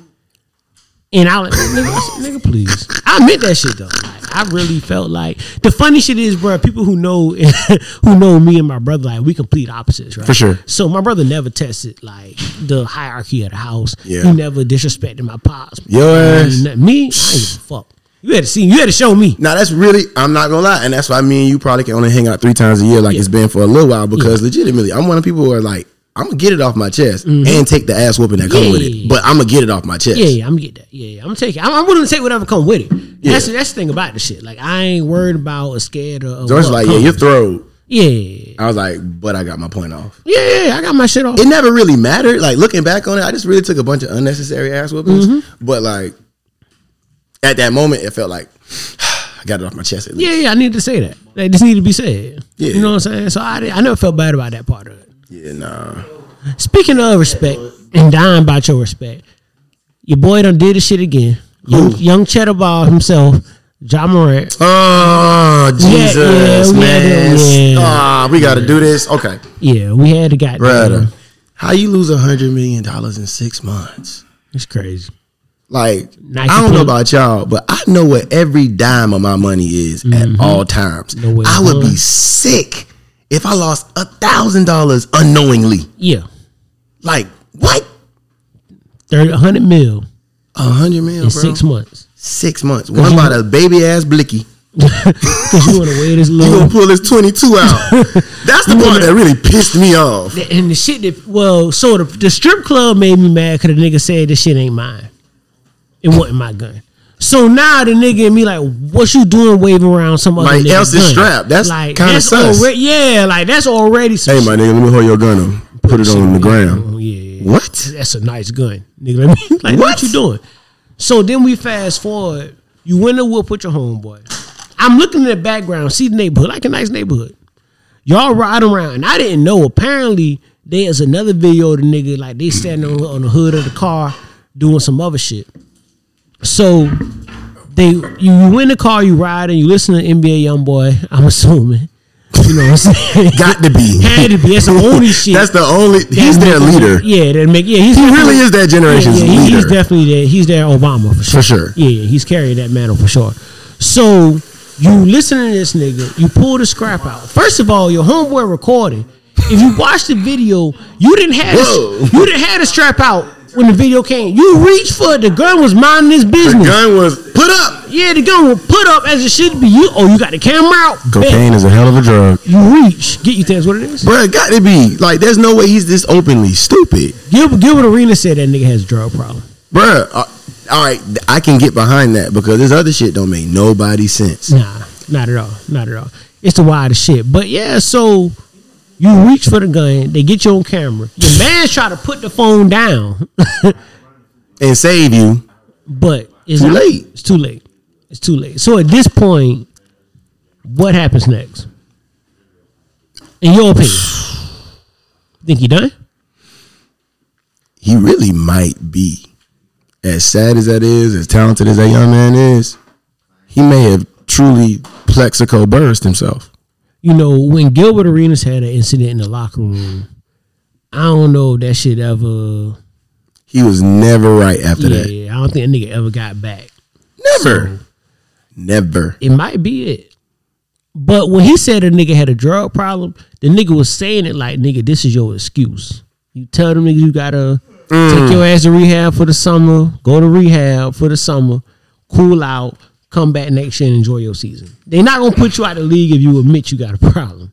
F: and I like, nigga, I
G: <laughs>
F: said, nigga, please. I meant that shit though. Like, I really felt like the funny shit is, bro. People who know <laughs> who know me and my brother, like we complete opposites, right?
G: For sure.
F: So my brother never tested like the hierarchy of the house.
G: Yeah.
F: He never disrespected my pops.
G: Yo ass.
F: Me, I ain't give a fuck. You had to see. You had to show me.
G: Now that's really, I'm not gonna lie, and that's why me and you probably can only hang out three times a year, like it's been for a little while. Because legitimately, I'm one of the people who are like, I'm gonna get it off my chest and take the ass whooping that come with
F: Mm-hmm. Yeah.
G: it, but I'm gonna get it off my chest.
F: Yeah, yeah, I'm gonna get that. Yeah, yeah, I'm gonna take it. I'm, I'm willing to take whatever come with it. That's that's the thing about the shit. Like I ain't worried about or scared or. or
G: So it's like,
F: what
G: yeah,
F: comes.
G: you're throwed.
F: yeah,
G: I was like, but I got my point off.
F: yeah, yeah. I got my shit off.
G: It never really mattered. Like looking back on it, I just really took a bunch of unnecessary ass whoopings.
F: Mm-hmm.
G: But like at that moment, it felt like <sighs> I got it off my chest. At least.
F: yeah, yeah. I need to say that. That just need to be said.
G: Yeah.
F: you know what I'm saying. So I did, I never felt bad about that part of it.
G: Yeah, nah.
F: Speaking of respect and dying about your respect, your boy done did this shit again. Young, young Cheddar Ball himself, John Morant.
G: Oh
F: yeah,
G: Jesus,
F: we had
G: man!
F: to- yeah.
G: Ah, we got to do this. Okay.
F: Yeah, we had a guy.
G: Brother, how you lose a hundred million dollars in six months?
F: It's crazy.
G: Like
F: Nike
G: I don't know
F: Puma.
G: about y'all, but I know where every dime of my money is
F: Mm-hmm.
G: at all times.
F: way
G: I would
F: huh?
G: be sick if I lost a thousand dollars unknowingly.
F: Yeah,
G: Like what?
F: 30, 100 mil in
G: A hundred mil, bro.
F: six months.
G: Six months. One by the baby ass blicky.
F: Cause you want to weigh
G: <laughs>
F: this
G: You
F: little.
G: gonna pull his twenty two
F: <laughs>
G: out? That's the part that really pissed me off.
F: The- and the shit that well, so the, the strip club made me mad because the nigga said this shit ain't mine. It wasn't my gun. So now the nigga and me like, what you doing waving around some other
G: Like,
F: nigga's
G: else's
F: gun?
G: strap. That's kinda
F: that's
G: sus.
F: already yeah, like that's already some
G: Hey,
F: shit.
G: my nigga, let me hold your gun up. Put it on the
F: Oh,
G: ground.
F: yeah, yeah, yeah.
G: What?
F: That's a nice gun, nigga. <laughs> Like, like, what? you doing? So then we fast forward. You win the whoop with your homeboy. I'm looking in the background, see the neighborhood, like a nice neighborhood. Y'all ride around. And I didn't know. Apparently, there's another video of the nigga, like they standing on, on the hood of the car doing some other shit. So they you, you win the car, you ride, and you listen to NBA Youngboy, I'm assuming. <laughs> You know what I'm saying?
G: Got to be.
F: Had to be. That's the only
G: <laughs>
F: shit.
G: That's the only. He's
F: that
G: their
F: make-
G: leader.
F: Yeah, that make yeah. He's
G: He really is that generation's
F: yeah, he- He's
G: leader.
F: definitely that. He's their Obama for sure.
G: For sure.
F: Yeah, yeah, he's carrying that mantle for sure. So you listen to this nigga. You pull the scrap out. First of all, your homeboy recording. If you watch the video, you didn't have
G: Whoa.
F: the, you didn't have the strap out when the video came. You reached for it. The gun was minding his
G: The
F: business.
G: gun was put up.
F: yeah, the gun was put up as it should be. You oh, you got the camera out. Bet.
G: Cocaine is a hell of a drug.
F: You reach. Get you things. What it is?
G: Bruh, got to be. Like, there's no way he's this openly stupid.
F: Gilbert, Gilbert Arena said that nigga has a drug problem.
G: Bruh, uh, all right, th- I can get behind that because this other shit don't make nobody sense.
F: Nah, not at all. Not at all. It's the wildest shit. But yeah, so you reach for the gun, they get you on camera. Your man's try to put the phone down,
G: And save you.
F: but it's
G: Too
F: not-
G: late.
F: It's too late. It's too late. So at this point, what happens next? In your opinion, <sighs> think he done?
G: He really might be. As sad as that is, as talented as that young man is, he may have truly plexico burst himself.
F: You know, when Gilbert Arenas had an incident in the locker room I don't know if that shit ever.
G: He was never right after
F: Yeah,
G: that.
F: I don't think a nigga ever got back.
G: Never. Never.
F: It might be it. But when he said a nigga had a drug problem, the nigga was saying it like, nigga, this is your excuse. You tell them nigga you gotta
G: Mm.
F: take your ass to rehab for the summer, go to rehab for the summer, cool out, come back next year and enjoy your season. They're not gonna put you out of the league if you admit you got a problem.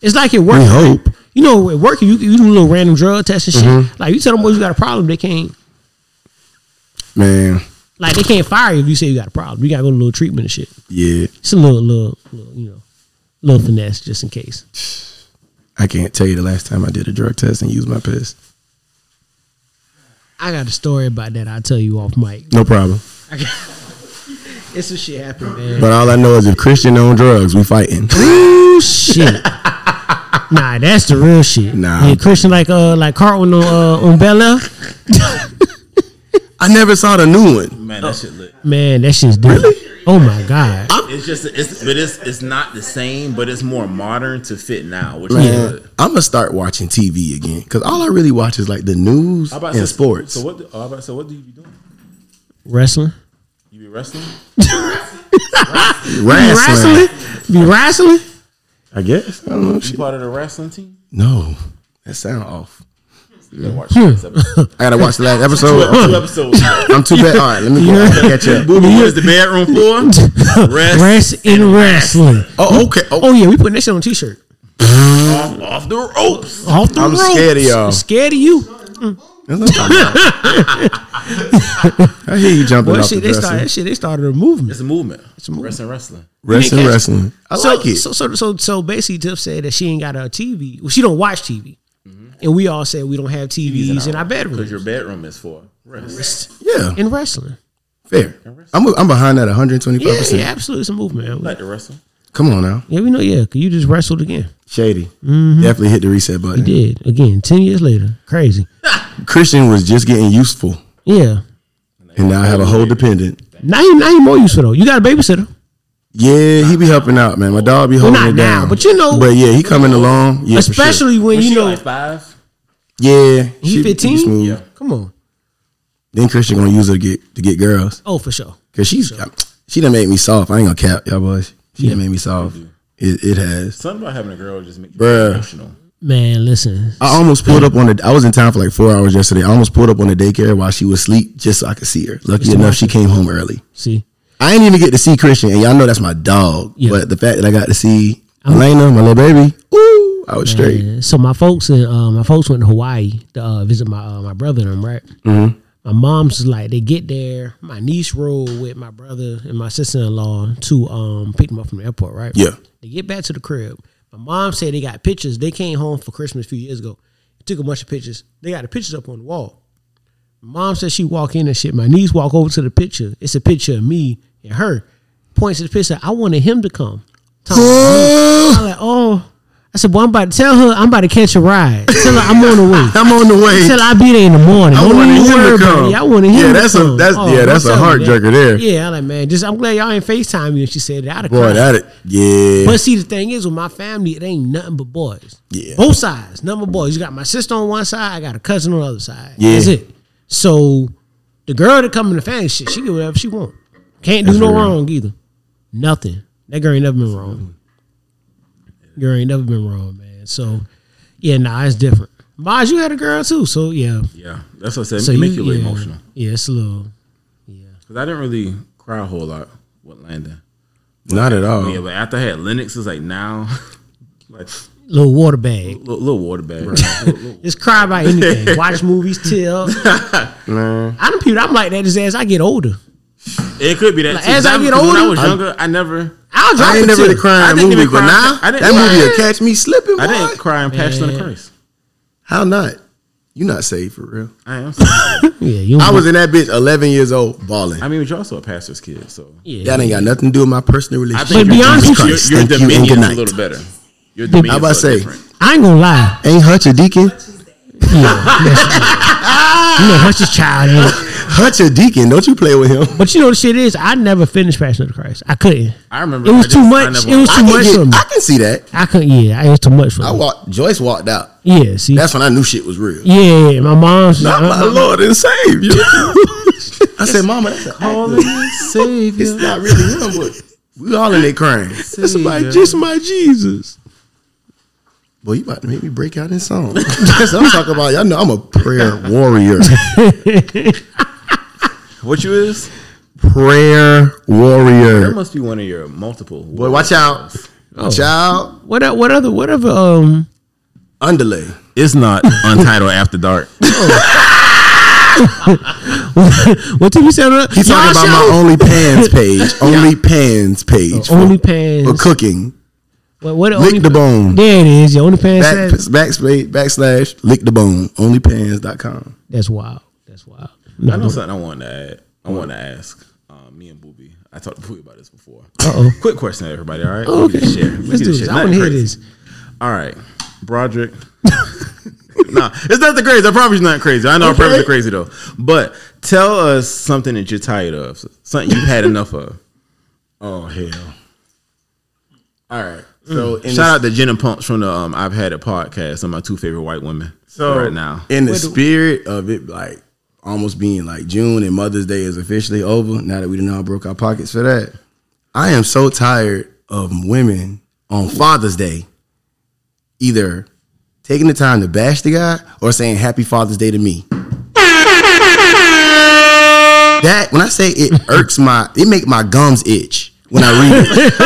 F: It's like at work.
G: We hope. Mm-hmm.
F: You know, at work you, you do little random drug tests and shit. Like you tell them boys you got a problem, they can't
G: Man.
F: like they can't fire you if you say you got a problem. You gotta go to a little treatment and shit.
G: Yeah.
F: It's a little, little, little, you know, little finesse just in case.
G: I can't tell you the last time I did a drug test and used my piss.
F: I got a story about that. I'll tell you off mic.
G: No problem.
F: It's some shit happened, man.
G: But all I know is if Christian on drugs, we fighting.
F: Oh shit. nah, that's the real shit.
G: Nah.
F: Hey, Christian like uh like Carlton on uh, on Bel Air.
G: I never saw the new one.
I: Man, that shit lit.
F: Man, that shit's dope. Oh my god.
I: It's just it's but it's it's not the same, but it's more modern to fit now, which is
G: Man,
I: good.
G: I'm gonna start watching TV again because all I really watch is like the news
I: How about
G: and
I: so-
G: sports.
I: So what? do- How about so what do you be doing?
F: Wrestling.
I: You be wrestling?
G: Wrestling,
F: Wrestling? Be wrestling?
G: I guess. I don't know.
I: You
G: Shit.
I: part of the wrestling team?
G: No, that sound off.
I: You gotta
F: Hmm.
I: watch this episode.
G: I gotta watch the
I: <laughs>
G: last episode.
I: Two episodes.
G: I'm too bad. All right, let me go I gotta catch up.
I: Booby, what is the bedroom for? Rest,
F: Rest in wrestling.
G: Oh, okay. Oh,
F: Oh yeah, we putting that shit on a t-shirt.
I: off, off the ropes.
F: Off the
G: I'm
F: ropes.
G: scared of y'all.
F: Scared of you.
G: that's what I'm talking about. I hear you jumping
F: Well,
G: off
F: shit,
G: the
F: they started
G: dressing.
F: that shit. They started a movement.
I: It's a movement. It's
F: a movement.
I: Wrestling, wrestling.
G: Wrestling, wrestling. I
F: so,
G: like it.
F: So, so, so, so basically, Tiff said that she ain't got a TV. Well, she don't watch TV, and we all said we don't have TVs, in our
I: Because your
F: bedrooms.
I: bedroom is for rest.
G: yeah,
F: In wrestling,
G: fair. I'm, I'm behind that 125.
F: yeah,
G: percent
F: yeah, absolutely, it's a movement.
I: Like
F: Man.
I: to wrestle.
G: Come on now,
F: Yeah, we know. Yeah, 'cause you just wrestled again.
G: shady.
F: Mm-hmm.
G: Definitely hit the reset button.
F: Did again ten years later. Crazy.
G: Christian was just getting useful,
F: Yeah.
G: and now I have a whole dependent.
F: Now you, now you more useful though. You got a babysitter.
G: Yeah, he be helping out, man. My dog be holding
F: not
G: it
F: now,
G: down.
F: but you know-
G: but yeah, he coming along, yeah, for sure.
F: Especially when
I: She
F: you know
I: like five.
G: yeah,
F: he
G: she- she
F: fifteen.
G: smooth.
F: Yeah. Come on.
G: Then Christian gonna use her to get to get girls
F: Oh, for sure.
G: because she's she done made me soft. I ain't gonna cap y'all boys. She done made me soft. It, it has,
I: Something about having a girl just makes you
G: Bruh.
I: emotional.
F: Man, listen.
G: I almost pulled up on the. I was in town for like four hours yesterday. I almost pulled up on the daycare while she was asleep just so I could see her. Lucky enough, she came home early.
F: See,
G: I ain't even get to see Christian, and y'all know that's my dog.
F: Yeah.
G: But the fact that I got to see
I: Oh.
G: Elena, my little baby, ooh, I was straight.
F: Yeah, So my folks and uh, my folks went to Hawaii to uh, visit my uh, my brother and them, right? My mom's is like they get there. My niece rode with my brother and my sister in law to um pick them up from the airport, right?
G: Yeah.
F: They get back to the crib. My mom said they got pictures. They came home for Christmas a few years ago. Took a bunch of pictures. They got the pictures up on the wall. Mom said she walk in and shit. My niece walk over to the picture. It's a picture of me and her. Points to the picture. I wanted him to come. Tell her, "Oh." I'm like, oh. I said, well, I'm about to tell her I'm about to catch a ride. Tell her I'm on
G: <laughs>
F: the way.
G: <laughs> I'm on the way.
F: Tell her I'll be there in the morning.
G: I
F: Don't
G: wanted
F: even
G: him
F: worry
G: to
F: about
G: come.
F: it. Yeah, I wanted him
G: Yeah,
F: to
G: that's a-
F: come. Oh,
G: that's-
I: Oh,
G: yeah,
F: don't
G: that's a
F: tell me
G: heart
F: that.
G: jerker there.
F: Yeah, I'm like, man, just I'm glad y'all ain't FaceTime me. And she said that. I'd have
G: Boy,
F: cried.
G: that it. Yeah.
F: But see, the thing is, with my family, it ain't nothing but boys.
G: Yeah.
F: Both sides, number boys. You got my sister on one side, I got a cousin on the other side.
G: Yeah.
F: That's it. So the girl that come in the family, shit, she get whatever she want. Can't do no
G: real.
F: wrong either. Nothing. That girl ain't never been wrong. Girl ain't never been wrong, man. So yeah, nah, it's different. Maj, you had a girl too, so yeah.
I: Yeah, that's what I said.
F: So
I: it make you a little
F: yeah.
I: emotional.
F: Yeah, it's a little.
I: Because I didn't really cry a whole lot with Landon.
G: Not at all.
I: Yeah, but after I had Linux, it's like now, <laughs> like
F: Little water bag.
I: little, little water bag. Little- little-
F: Just cry
G: <laughs>
F: about anything. Watch movies, till. I don't people. I'm like that just as I get older.
I: it could be that.
F: Like,
I: too,
F: as I
I: 'cause
F: get
I: when I
F: older,
I: was
F: I'm-
I: younger, I never,
F: I'll drop
G: I ain't
F: it
G: never
F: to
G: really
F: you.
I: I
G: crying
I: didn't
G: movie,
I: even
G: but
I: cry.
G: now
I: I didn't
G: that
I: cry.
G: movie will catch me slipping. Boy.
I: I didn't cry in Passion of the
F: Man.
I: Christ.
G: How not? You not saved for real.
I: I am.
F: Yeah, you
G: I was in that bitch 11 years old balling.
I: I mean, but you're also a pastor's kid, so
F: Yeah.
G: That ain't got nothing to do with my personal
I: I
G: relationship.
I: think
F: But
I: your-
F: beyond
I: your-
F: you-
I: your,
G: Christ,
I: your
G: thank you and
I: dominion
G: good
I: is a
G: night.
I: little better. Your dominion
G: about
I: is
G: to say?
I: different.
F: I ain't gonna lie.
G: Ain't hurt your deacon.
F: Yeah, that's- You know, Hutch's child. ain't it?
G: Hutch a deacon. Don't you play with him.
F: But you know the shit is, I never finished Passion of the Christ. I couldn't.
I: I remember
F: It was
I: I
F: too
I: just- I
F: much.
I: never
F: It was
I: watched
G: I
F: too
G: can,
F: much
G: get-
F: for me.
G: I can see that.
F: I couldn't. Yeah, it was too much for
G: I
F: me.
G: walked. Joyce walked out.
F: Yeah, see.
G: That's when I knew shit was real.
F: yeah, yeah, yeah, my mom's.
G: Not
F: uh,
G: my
F: my-
G: Lord and
F: <laughs>
G: Savior. I said, Mama, that's an actor.
I: Savior.
G: It's not really him, but we all in there crying. It's about
I: Savior.
G: just my Jesus. Boy, you about to make me break out in song. <laughs> That's what I'm talking about. Y'all know I'm a prayer warrior.
I: What you is?
G: prayer
I: That
G: warrior.
I: must be one of your multiple.
G: Boy, watch out. Watch out.
F: What? o- What other? What other? Um.
G: Underlay.
I: It's <laughs> not Untitled After Dark.
F: What did you say?
G: He's talking about my
I: <laughs>
G: only pans page. Only pans page.
F: only
G: for, for
F: pants.
G: cooking.
F: What? what
G: Lick the bone.
F: There it is. Your only pants.
G: Back,
F: says-
G: backslash, backslash, lick the bone. Onlypans.com.
F: That's wild. That's wild. No,
I: I know
F: no.
I: something I want to add. I want to ask um, me and Booby. I talked to Booby about this before.
F: Uh-oh.
I: Quick question, everybody. All right,
F: Okay.
I: We can share. We
F: Let's do
I: can share.
F: this. I
I: Nothing
F: want to hear
I: crazy.
F: this.
I: All right, Broderick. <laughs> nah, it's not the crazy. I promise you, not crazy. I know I promise you crazy though. But tell us something that you're tired of, something you've had
F: <laughs>
I: enough of.
G: Oh, hell.
I: All right. So Mm. shout out to Jenna Pumps from the um, I've Had a podcast. Some of my two favorite white women. So right now, <laughs>
G: in the spirit of it, like almost being like June and Mother's Day is officially over. Now that we done all broke our pockets for that, I am so tired of women on Father's Day either taking the time to bash the guy or saying Happy Father's Day to me. That when I say it irks my, it make my gums itch when I read it.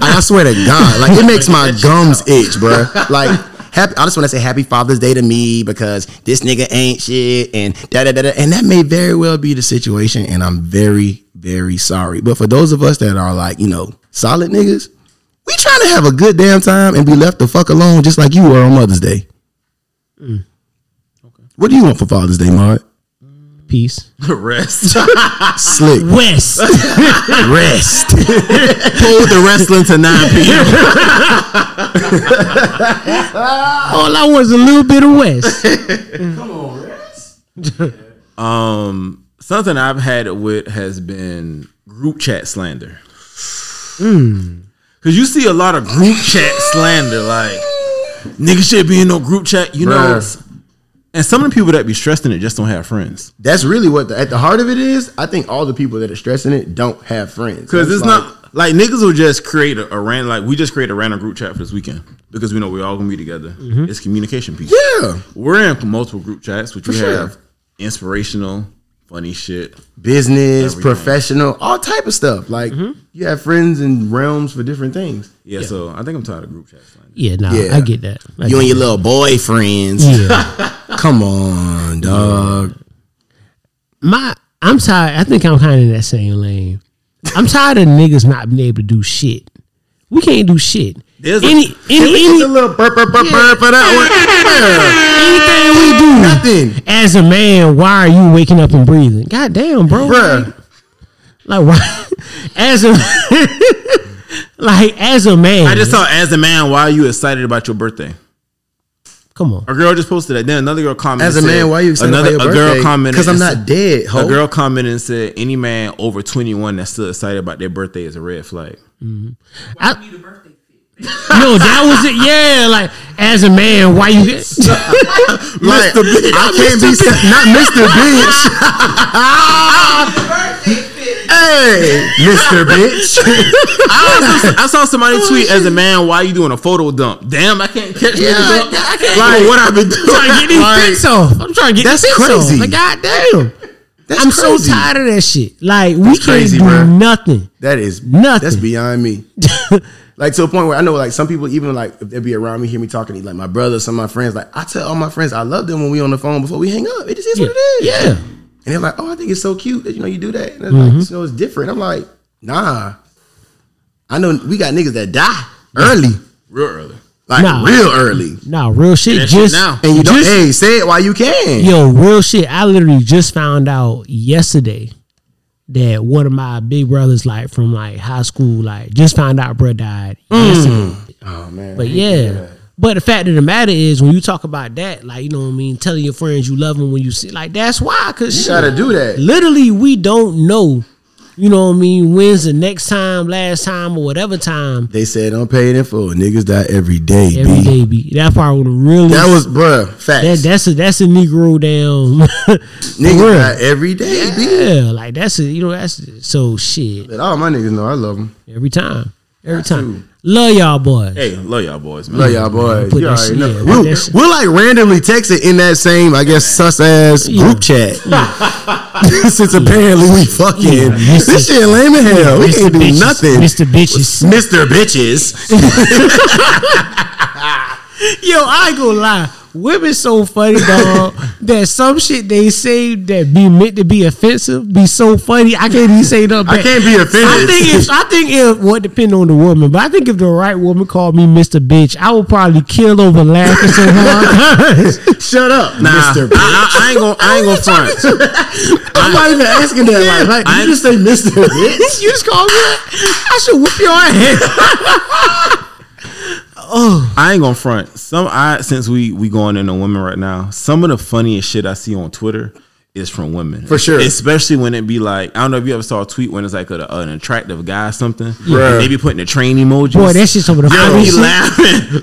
G: Like, I swear to God, like it makes my gums itch, bro. Like, happy, I just want to say Happy Father's Day to me because this nigga ain't shit, and da da da da. And that may very well be the situation, and I'm very very sorry. But for those of us that are like you know solid niggas, we trying to have a good damn time and be left the fuck alone, just like you were on Mother's Day. What do you want for Father's Day, Mart? <laughs>
F: Peace.
I: the rest.
G: Slick
F: West.
G: rest. <laughs> Pull the wrestling to nine p.m.
F: All I want is a little bit of West.
G: <laughs>
I: Um, something I've had it with has been group chat slander. Hmm. Cause you see a lot of group chat slander, like niggas should be in no group chat, you know.
G: Bruh.
I: And some of the people that be stressing it just don't have friends.
G: that's really what the, at the heart of it is. I think all the people that are stressing it don't have friends.
I: Cause
G: That's
I: it's
G: like-
I: not like niggas will just create a, a ran like we just create a random group chat for this weekend because we know we're all gonna be together. It's communication piece.
G: Yeah,
I: We're in multiple group chats, which we
G: sure.
I: have inspirational, funny shit.
G: business, professional, all type of stuff. Like
I: Mm-hmm.
G: you have friends in realms for different things.
I: Yeah, so I think I'm tired of group chat slander.
F: Yeah, nah,
G: Yeah.
F: I get that. I
G: You and your
F: get
G: little boyfriends.
F: that.
G: <laughs>
F: Yeah.
G: Come on, dog.
F: my I'm tired. I think I'm kind of in that same lane. I'm tired of niggas not being able to do shit. We can't do shit.
I: There's a-
F: any any, any
G: It's a little burp, burp, burp, burp for that
F: anything we
G: one.
F: do
G: <laughs> Nothing,
F: as a man, why are you waking up and breathing? God damn, bro.
G: bruh.
F: Like why? As a <laughs> like as a man,
I: I just saw as a man, why are you excited about your birthday?
F: come on.
I: A girl just posted that. Then another girl commented.
G: As a
I: and said-
G: man, why you excited
I: another,
G: about your
I: a girl
G: birthday?
I: commented
G: 'Cause I'm
I: and
G: not
I: said-
G: dead, ho.
I: A girl commented and said, "Any man over 21 that's still excited about their birthday is a red flag."
F: I, no, that was it. Yeah, like as a man, why you?
G: Like, I can't be sa- <laughs> not Mr. Bitch.
I: <laughs>
G: hey, Mr. <laughs> Bitch.
I: I saw somebody
G: Oh,
I: tweet, "As a man, why you doing a photo dump?" Damn, I can't catch.
G: Yeah,
I: niggas
G: I
I: up.
G: oh can't. Like what I've been
F: <laughs> I'm trying to
G: doing.
F: get these
G: Like,
F: fits off. I'm trying to get
G: that's
F: these fits
G: crazy.
F: off. Like, God damn.
G: that's
F: I'm
G: crazy.
F: so tired of that shit. Like we can't
G: crazy,
F: do
G: bruh.
F: nothing.
G: That is
F: Nothing.
G: That's beyond me. like to a point where I know like some people even like if they be around me, hear me talking, like my brother, some of my friends, like I tell all my friends I love them when we on the phone before we hang up. It just is what it is.
F: Yeah.
G: And they're like, oh, I think it's so cute that you know you do that. And it's like,
F: Mm-hmm.
G: you know, it's different. I'm like, nah. I know we got niggas that die early.
I: <laughs> Real early.
G: Like
F: Nah.
G: real early.
F: Nah, real shit.
I: That shit
F: just
I: now.
G: And you don't
F: Just-
G: hey, say it while you can.
F: yo, real shit. I literally just found out yesterday that one of my big brothers, like
G: Mm.
F: from like high school, like just found out bruh died yesterday.
G: Oh man.
F: But yeah. But the fact of the matter is, when you talk about that, like you know what I mean, telling your friends you love them when you see, like that's why, cause
G: You
F: shit,
G: gotta do that.
F: literally we don't know, you know what I mean, when's the next time, last time, or whatever time.
G: They said unpaid in full. Niggas die every day, B.
F: Every day, be that part would really
G: That was bruh,
F: that,
G: facts.
F: that's a that's a Negro down. <laughs>
G: niggas die every day, B.
F: yeah, like that's a you know that's so shit
G: But all my niggas know I love them.
F: every time, every time. Love y'all boys.
I: Hey, love y'all boys, man.
G: Love y'all boys.
F: Mm-hmm. Put
G: You
F: that
G: already
F: shit-
G: know.
F: yeah, put
G: We'll-
F: that shit-
G: We're like randomly texting in that same, I guess, sus ass group chat.
F: <laughs>
G: <laughs> Since apparently we fucking this shit lame as hell. We can't do
F: Bitches,
G: nothing.
F: Mr. Bitches.
G: Mr. Bitches.
F: Yo, I ain't gonna lie. Women so funny, <laughs> dog. that some shit they say that be meant to be offensive be so funny. I can't even say nothing.
G: I
F: back.
G: can't be
F: I
G: offended.
F: think if I think if what well, it depend on the woman, but I think if the right woman called me Mister Bitch, I would probably kill over laughing so <laughs> hard.
G: Shut up,
I: Nah,
G: Mr.
I: I,
G: Bitch.
I: I- I ain't gonna, I ain't gonna front.
G: <laughs> I'm not even asking that. Like, like did
I: I-
G: you just say Mr. Bitch?
F: you just call me. that? I should whoop your ass.
I: I ain't gonna front. Some I since we we going into women right now. Some of the funniest shit I see on Twitter is from women
G: For sure.
I: Especially when it be like I don't know if you ever saw a tweet when it's like a, an attractive guy or something.
G: Bruh.
I: And They be putting the train emojis.
F: Boy, that shit's over the
I: I
F: funny
I: be
F: shit.
I: laughing.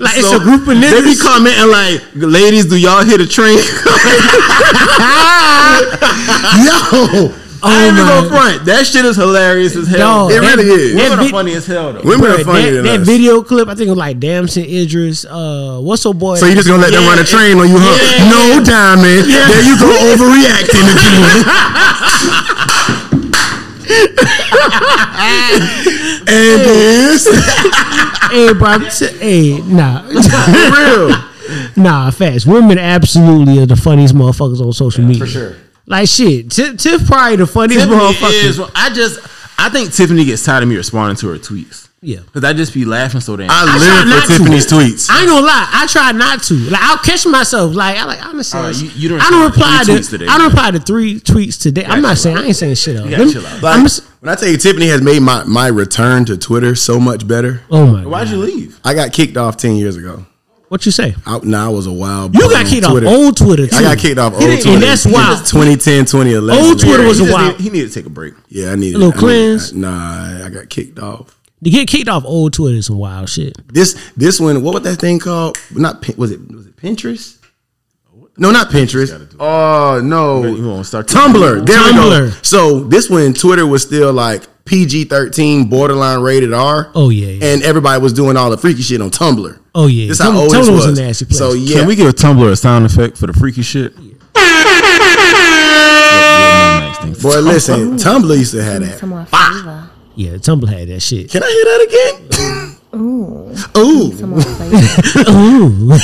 F: <laughs> Like, it's a group of
I: They be
F: niggas.
I: commenting like, "Ladies, do y'all hit
F: <laughs>
I: a train?"
F: Oh
G: Yo,
I: I ain't even
F: Oh my-
I: gonna front. That shit is hilarious as hell.
F: Dog,
G: it really is.
F: Oh, that
I: Women are
F: vid-
I: funny as hell though.
G: women are
F: Bruh,
G: funnier
F: that,
G: than
F: that
G: us.
F: video clip, I think it was like Damson Idris. Uh, what's so boy?
G: So you just gonna let them run a train on you, huh? no diamond. There you go, overreacting <laughs> again. and this
F: hey, bro, I'm t- hey, nah,
G: real.
F: nah, facts. Women absolutely are the funniest motherfuckers on social media for sure. Like shit, Tiff, Tiff probably the funniest
I: Tiffany
F: motherfucker.
I: is. I just. I think Tiffany gets tired of me responding to her tweets.
F: Yeah.
I: Cause I just be laughing so damn.
G: I
F: I tried
G: live
F: not
G: for
F: to.
G: Tiffany's tweets.
F: I ain't gonna lie. I try not to. Like I'll catch myself. Like I like I'm gonna say
I: All right, you- you don't
F: I don't reply
I: respond
F: to.
I: to three tweets today,
F: I don't
I: man.
F: reply to three tweets today. I'm not saying I ain't saying shit. Up.
I: gotta
F: Let me-
I: chill out.
G: Like,
F: I'm s-
G: when I tell you Tiffany has made my, my return to Twitter so much better,
F: oh my. God.
I: Why'd you leave?
G: I got kicked off ten years ago.
F: What you say?
G: I, now I was a wild.
F: You
G: boy
F: got
G: on
F: kicked
G: Twitter.
F: off old Twitter. Too.
G: I got kicked off old
F: And
G: Twitter.
F: that's wild.
G: 2010, 2011.
F: Old Twitter was
I: He
F: a
I: just
F: wild.
I: need- He needed to take a break.
G: Yeah, I needed
F: little
G: I needed-
F: cleanse.
G: nah, I got kicked off.
F: To get kicked off old Twitter is some wild shit.
G: This this one, what was that thing called? Not Pin- was it was it Pinterest? No, not Pinterest. Oh
I: You
G: no,
I: gonna start
G: Tumblr. There we go.
F: Tumblr.
G: So this one, Twitter was still like PG thirteen, borderline rated R.
F: Oh yeah. yeah.
G: and everybody was doing all the freaky shit on Tumblr.
F: oh yeah.
G: This
F: Tum-
G: how old
F: Tumblr
G: this
F: was a
G: was.
F: nasty place.
G: So yeah,
I: Can we give Tumblr a sound effect for the freaky shit?
G: boy, listen, Tumblr used to have that.
A: Some more flavor.
F: yeah, Tumblr had that shit.
G: Can I hear that again? Ooh,
A: Some more flavor.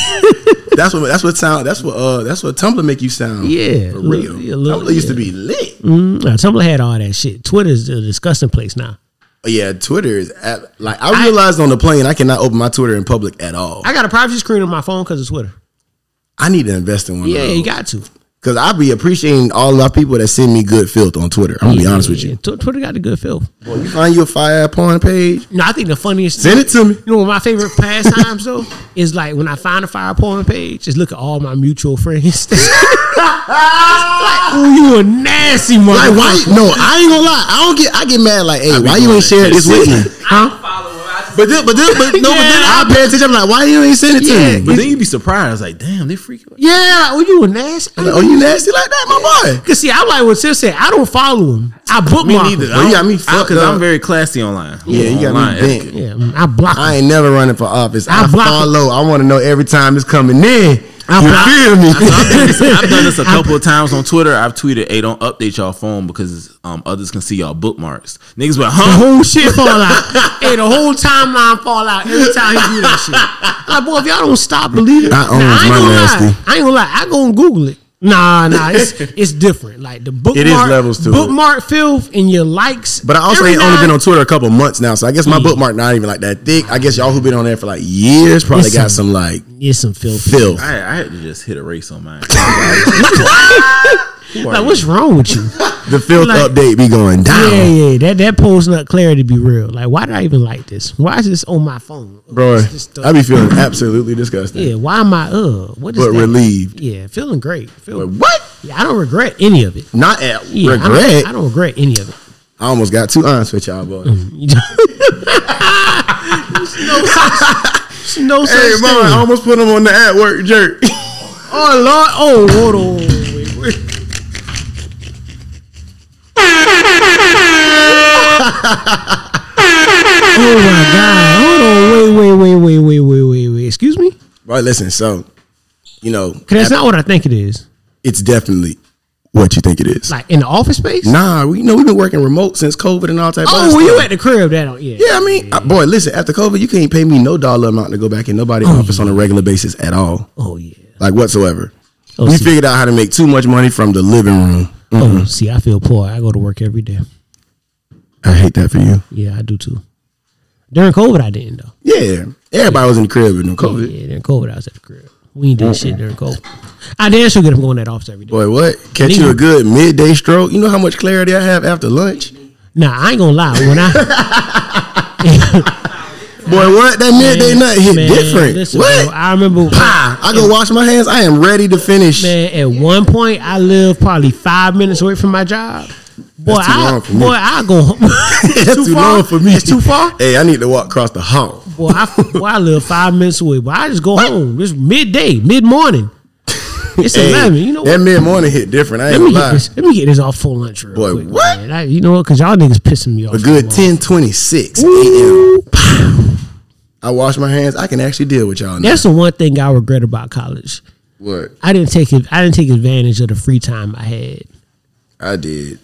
G: that's what that's what sound that's what uh that's what Tumblr make you sound.
F: Yeah,
G: for
F: li-
G: real.
F: yeah, li-
G: Tumblr used to
F: yeah.
G: be lit.
F: Nah, Uh, Tumblr had all that shit. Twitter's a disgusting place now.
G: Yeah, Twitter is at, like I realized on the plane I cannot open my Twitter in public at all.
F: I got a privacy screen on my phone because of Twitter.
G: I need to invest in one.
F: Yeah, you
G: Yeah,
F: got to.
G: because I be appreciating all our people that send me good filth on Twitter. I'm gonna be honest with you.
F: Tw- Twitter got the good feel.
G: Boy, you find your fire porn page,
F: No, I think the funniest.
G: send it to me.
F: You know, one of my favorite pastimes though <laughs> is like when I find a fire porn page, just look at all my mutual friends. <laughs> like, ooh, you a nasty
G: Like
F: motherfucker.
G: why? No, I ain't gonna lie. I don't get. I get mad. Like, hey, why you ain't share this with
F: <laughs>
G: me?
F: Huh?
G: But then, but then, but no. But then
I: <laughs>
G: I pay attention. I'm like, why you ain't send it
F: Yeah.
G: to me?
I: But then you'd be surprised. Like, damn, they freaky.
F: Yeah, like, oh, you a nasty.
G: Like, oh, you nasty like that, my boy?
F: Cause <laughs> see, I'm like what Sis said. I don't follow him. I bookmark.
I: Me
F: him.
I: neither.
G: Well, you got me fucked
I: because
G: up.
I: I'm very classy online.
G: Yeah, you got
I: Online,
G: me bent.
F: Yeah, mm, I block.
G: I
F: him.
G: ain't never running for office.
F: I
G: I,
F: block it.
G: follow. I want to know every time it's coming in.
F: I block-
G: you feel me?
I: I've
G: <laughs>
I: done this- I've done this a couple of times on Twitter. I've tweeted, "Hey, don't update y'all phone because um, others can see y'all bookmarks." Niggas
F: The
I: went, "Huh?"
F: whole shit fall out. hey, the whole timeline fall out every time he do that shit. Like, boy, if y'all don't stop believing,
G: I own
F: I ain't
G: my
F: gonna lie.
G: nasty.
F: I ain't gonna lie. I gonna Google it. Nah, nah, it's it's different. Like the bookmark,
G: is levels to it.
F: bookmark filth and your likes.
G: But I also
F: Every
G: ain't only
F: now-
G: been on Twitter a couple months now, so I guess my
F: Mm.
G: bookmark not even like that thick. I guess y'all who been on there for like years probably
F: It's
G: got
F: some-
G: some like
F: It's some filth.
G: filth.
I: <laughs> I, I had to just hit a race on mine.
F: like, what's wrong
G: <laughs>
F: with you?
G: The filth
F: Like-
G: update be going down.
F: Yeah, yeah, that that post not clarity be real. Like, why did I even like this? Why is this on my phone,
G: Bro,
F: It's just the-
G: I be feeling absolutely disgusting.
F: yeah, why am I uh? What is
G: But
F: that?
G: relieved.
F: Yeah, feeling great.
G: But
F: Feel,
G: what?
F: yeah, I don't regret any of it.
G: Not at
F: Yeah, I don't-
G: regret. I,
F: I don't Mm-hmm. regret any
G: <laughs>
F: of it.
G: almost got too honest with y'all, boy.
F: There's no such
G: Hey,
F: thing.
G: mama, I almost put him on the at work jerk. <laughs>
F: Oh Lord! Oh, hold on. Wait, wait. oh my God! Hold on! Wait! Wait! Wait! Wait! Wait! Wait! Wait! Wait! Excuse me?
G: Right, listen, so, you know,
F: 'Cause that's not what I think it is.
G: it's definitely what you think it is.
F: Like in the office space?
G: nah, we, you know, we've been working remote since COVID and all type of other
F: oh, were you
G: stuff.
F: at the crib? That don't, yeah.
G: Yeah, I mean, uh, boy, listen, after COVID, you can't pay me no dollar amount to go back in nobody's office on a regular basis at all,
F: Oh yeah.
G: like whatsoever.
F: Oh,
G: we Mm-hmm.
F: see.
G: figured out how to make too much money from the living room.
F: Oh, see, I feel poor. I go to work every day.
G: I hate that for you.
F: Yeah, I do too. During COVID, I didn't though.
G: Yeah, everybody was in the crib with no COVID.
F: Yeah, during COVID, I was at the crib. We ain't did shit during COVID. I damn sure get him going to that office every day.
G: Boy, Oh. what? Catch you a good midday stroke. You know how much clarity I have after lunch?
F: Nah, I ain't gonna lie. When
G: <laughs>
F: I
G: Boy, what? That midday nut hit
F: man,
G: different.
F: listen,
G: what?
F: bro, I remember.
G: Pah! I go wash my hands. I am ready to finish. <laughs>
F: Man, at one point, I lived probably five minutes away from my job. Boy,
G: That's too
F: I
G: long for me.
F: boy, I
G: <laughs>
F: go. home.
G: That's too,
F: far?
G: long for me.
F: It's
G: <laughs>
F: too far.
G: Hey, I need to walk across the hall.
F: Boy, I, boy,
G: <laughs>
F: I live five minutes away. But I just go home. It's midday, mid morning. It's
G: Hey,
F: eleven. You know what?
G: that mid morning hit different. I ain't
F: Let me
G: gonna
F: get
G: lie.
F: this. Let me get this off full lunch real
G: Boy,
F: quick.
G: what?
F: man. I- you know what? Because y'all niggas pissing me off.
G: A good
F: so long.
G: ten twenty six a.m. I wash my hands. I can actually deal with y'all now.
F: That's the one thing I regret about college.
G: what
F: I didn't take it. I didn't take advantage of the free time I
G: <laughs>
F: had.
G: I did.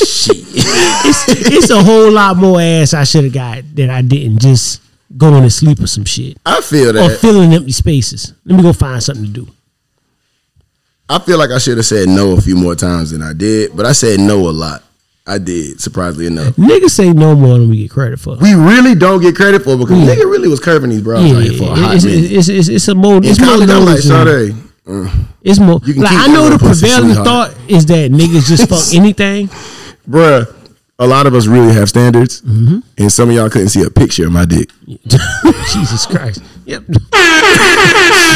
F: It's it's a whole lot more ass I should have got that I didn't just going to sleep or some shit
G: I feel
F: or
G: that.
F: filling empty spaces. Let me go find something to do.
G: I feel like I should have said no a few more times than I did, but I said no a lot. I did, surprisingly enough.
F: Niggas say no more than we get credit for.
G: We really don't get credit for it because nigga really was curving these bras
F: Mm. Yeah,
G: out here for a hot
F: it's,
G: minute.
F: it's, it's, it's a more. It's
G: In
F: more
G: college, I'm like,
F: knowledge than-
G: Sade,
F: It's more.
G: You can
F: Like
G: keep
F: I know
G: all
F: the
G: that pussy,
F: prevailing
G: sweetheart.
F: thought is that niggas
G: <laughs>
F: just fuck anything.
G: bruh, a lot of us really have standards,
F: Mm-hmm.
G: and some of y'all couldn't see a picture of my dick.
F: <laughs> Jesus Christ. Yep.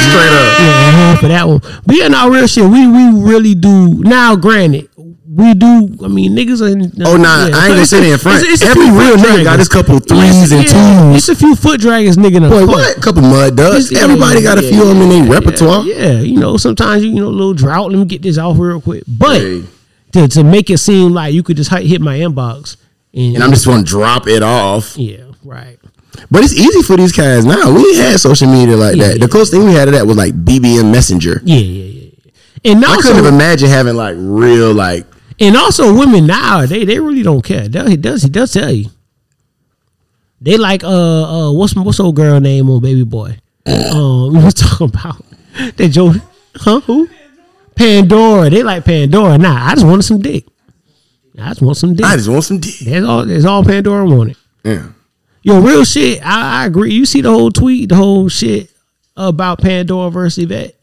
G: Straight up.
F: Yeah, uh-huh, for that one. But yeah, no, real shit. We we really do. Now, granted, we do. I mean, niggas are.
G: Oh, nah, I ain't gonna sit in front.
F: It's- it's a
G: Every
F: few
G: real
F: foot
G: nigga
F: dragons.
G: got his couple threes and
F: yeah,
G: twos.
F: It's a few foot dragons, nigga.
G: Boy, what? Couple mud ducks.
F: Yeah,
G: Everybody got a
F: yeah,
G: few of them in their repertoire.
F: Yeah, you know, sometimes you, you know, a little drought. Let me get this off real quick. But
G: Hey.
F: to, to make it seem like you could just hi- hit my inbox and,
G: And I'm just gonna drop it off.
F: yeah, right.
G: But it's easy for these guys now. We ain't had social media like
F: Yeah,
G: that.
F: yeah.
G: The closest thing we had to that was like BBM Messenger.
F: Yeah, yeah, yeah. yeah. And
G: I
F: also,
G: couldn't have imagined having like real like
F: And also, women now they they really don't care. They'll, he does he does tell you. They like uh uh what's what's old girl name on Baby Boy? <coughs> um, we was talking about <laughs> that Joe, huh? Who? Pandora. They like Pandora. Nah, I just wanted some dick. I just want some dick.
G: I just want some dick.
F: that's all. That's all Pandora wanted.
G: Yeah.
F: Yo, real shit. I, I agree. You see the whole tweet, the whole shit about Pandora versus Yvette.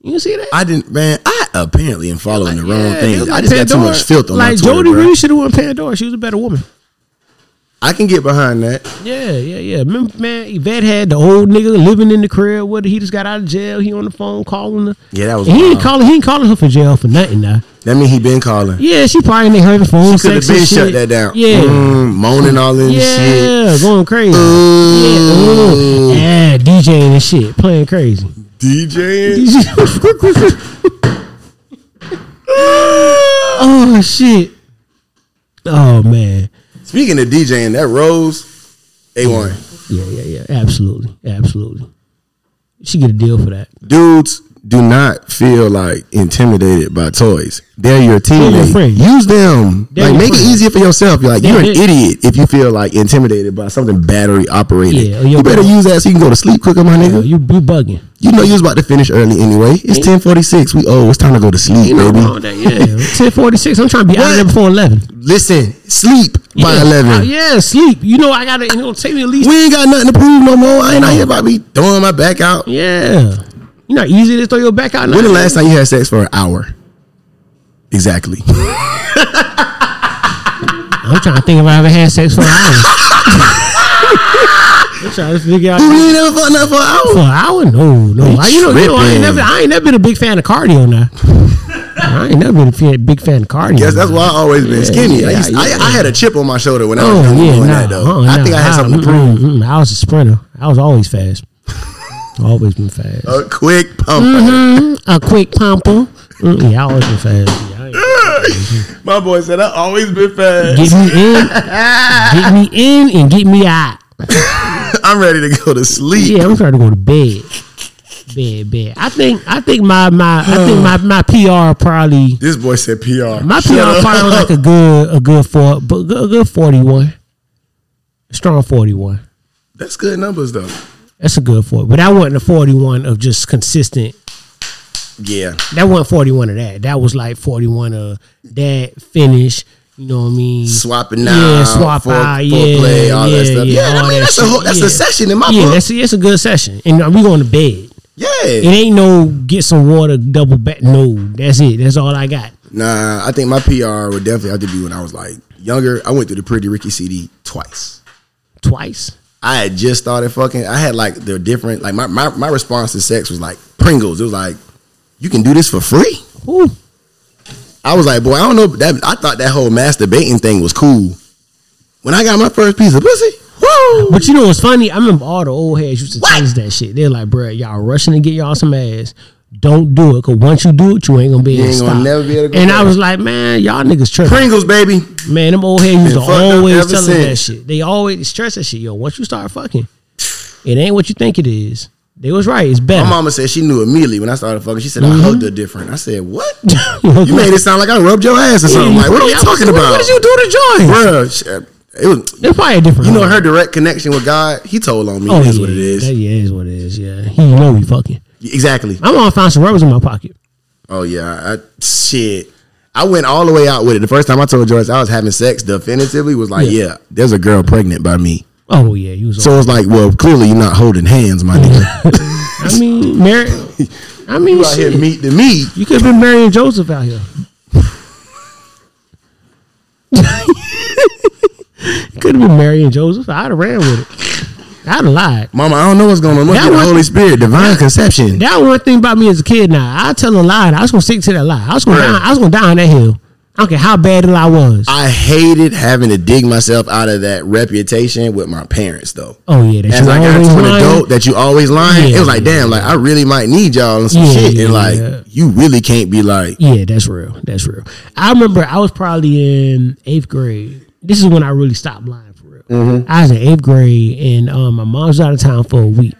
F: You see that?
G: I didn't man, I apparently am following the wrong
F: Yeah,
G: things.
F: it's
G: I
F: like
G: just got too
F: Pandora.
G: much filth on
F: Like
G: my Twitter,
F: Jody
G: bruh.
F: really should have won Pandora. She was a better woman.
G: I can get behind that.
F: Yeah, yeah, yeah. Remember, man, Yvette had the old nigga living in the crib with her. He just got out of jail. He on the phone calling her.
G: Yeah, that was
F: And he ain't
G: wild.
F: calling. He ain't calling her for jail for nothing now.
G: That mean he been calling.
F: Yeah, she probably ain't heard the phone.
G: Could have
F: sex and
G: been
F: shit.
G: shut that down.
F: Yeah.
G: Mm, moaning all in shit. Mm.
F: Yeah, going crazy.
G: Ooh.
F: Yeah, ooh. yeah, DJing and shit,
G: <laughs>
F: playing crazy. <laughs>
G: DJing.
F: oh shit! Oh man!
G: Speaking of DJing, that Rose, A1.
F: Yeah, yeah, yeah. Absolutely, absolutely. She get a deal for that.
G: Dudes, do not feel like intimidated by toys. They're your teammate.
F: friend.
G: Use them.
F: They're
G: like
F: your
G: make it
F: friend.
G: easier for yourself. You're like,
F: They're-
G: you're an
F: they're-
G: idiot if you feel like intimidated by something battery operated.
F: Yeah, or your
G: you better
F: girl.
G: use that so you can go to sleep quicker, my
F: Yo,
G: nigga.
F: you you bugging?
G: You know you was about to finish early anyway. It's ten forty six. We old. It's time to go to sleep, baby.
F: <laughs> Ten forty six. I'm trying to be out of there before eleven.
G: Listen, sleep by
F: Yeah.
G: eleven.
F: Uh, yeah, sleep. You know I gotta. It's gonna take me at least.
G: We ain't got nothing to prove no more. I ain't out here about to be throwing my back out.
F: yeah. You know how easy to throw your back out.
G: When the
F: now?
G: last time you had sex for an hour? Exactly. <laughs>
F: I'm trying to think if I ever had sex for an
G: <laughs>
F: hour. I'm trying to figure out.
G: you ain't never fought nothing for an
F: For
G: hour.
F: an hour? No, no. I, you know, you know I, ain't
G: tripping.
F: never, I ain't never been a big fan of cardio now. I ain't never been a fa- big fan of cardio.
G: Yes, that's why I always been skinny. I,
F: yeah,
G: used, I,
F: yeah.
G: I had a chip on my shoulder when I
F: Oh
G: was young
F: yeah,
G: doing
F: nah,
G: that though.
F: uh-uh,
G: I
F: nah,
G: think I had
F: nah,
G: something to prove.
F: mm, mm, mm. I was a sprinter. I was always fast. <laughs> always been fast.
G: A quick pump.
F: Mhm, a quick pumper. Mm, yeah, I always
G: <laughs>
F: been fast. Yeah, I ain't-
I: My boy said I always been fat.
F: get me in, get me in, and get me out.
G: <laughs> I'm ready to go to sleep.
F: Yeah, I'm trying to go to bed. Bed, bed. I think, I think my my, I think my my PR probably
G: This boy said PR.
F: my
G: Shut
F: PR
G: up.
F: probably was like a good a good four, but a good- a good forty one, strong forty one.
G: That's good numbers though.
F: That's a good forty, but that wasn't a forty one of just consistent.
G: Yeah.
F: That wasn't forty one of that. That was like forty one of that finish. You know what I mean?
G: Swapping
F: Yeah,
G: now.
F: swap out, yeah,
G: play, all that
F: yeah,
G: stuff.
F: yeah,
G: Yeah, I
F: all
G: mean
F: that
G: that's a whole,
F: shit,
G: that's
F: yeah.
G: a session in my
F: yeah,
G: book.
F: that's a, that's a good session, and we going to bed. It
G: Yeah.
F: ain't no get some water, double back. No, that's it. That's all I got.
G: Nah, I think my PR would definitely have to be when I was like younger. I went through the Pretty Ricky CD twice.
F: Twice.
G: I had just started fucking. I had like the different like my, my my response to sex was like Pringles. It was like you can do this for free.
F: Ooh,
G: I was like, boy, I don't know. That I thought that whole masturbating thing was cool. When I got my first piece of pussy, woo!
F: But you know what's funny? I remember all the old heads used to
G: What?
F: tell us that shit. They're like, bruh, y'all rushing to get y'all some ass. Don't do it, cause once you do it, you ain't gonna be able to
G: ain't gonna
F: stop.
G: never be able to go
F: and I
G: back.
F: was like, man, y'all niggas tripping.
G: Pringles, baby.
F: Man, them old heads used to
G: Been fucked up
F: always
G: ever
F: tell us that
G: since.
F: shit. They always stress that shit. Yo, once you start fucking, it ain't what you think it is. They was right. It's better.
G: My
F: <laughs>
G: mama said she knew immediately when I started fucking. She said
F: Mm-hmm.
G: I hugged her different. I said, what? you made
F: <laughs>
G: it sound like I rubbed your ass or something. Like, what are you talking
F: What-
G: about?
F: What did you do to join?
G: Bruh, sh- it was.
F: It's probably a different.
G: You know
F: one.
G: her direct connection with God. He told on me.
F: Oh,
G: That's
F: yeah,
G: what it
F: That,
G: is.
F: yeah, it is what it is. Yeah, he know we fucking.
G: Exactly.
F: I'm gonna find some rubbers in my pocket.
G: Oh yeah, I, shit. I went all the way out with it. The first time I told George I was having sex, definitively was like,
F: Yeah.
G: yeah, there's a girl pregnant by me.
F: Oh yeah, you was.
G: So it's like, well, clearly you're not holding hands, my
F: <laughs>
G: nigga.
F: I
G: <laughs>
F: mean, Mary. I mean,
G: you
F: you,
G: out here meat to meat.
F: you could have been marrying Joseph out here. <laughs> you could have been marrying Joseph. I'd have ran with it. I'd have lied.
G: Mama, I don't know what's going on. Must
F: That
G: be the
F: was-
G: Holy Spirit, divine conception.
F: That one thing about me as a kid. Now I tell a lie. and I was gonna stick to that lie. I was gonna. Down, I was gonna die on that hill. I don't care how bad the lie was.
G: I hated having to dig myself out of that reputation with my parents, though.
F: oh yeah, that
G: As
F: you
G: I got
F: always
G: to an
F: lying.
G: adult, that you always lying.
F: Yeah,
G: it was like, damn, like I really might need y'all and some
F: Yeah,
G: shit, and
F: yeah,
G: like
F: yeah.
G: you really can't be like,
F: Yeah, that's real. That's real. I remember I was probably in eighth grade. This is when I really stopped lying for real. I was in eighth grade, and um, my mom's out of town for a week.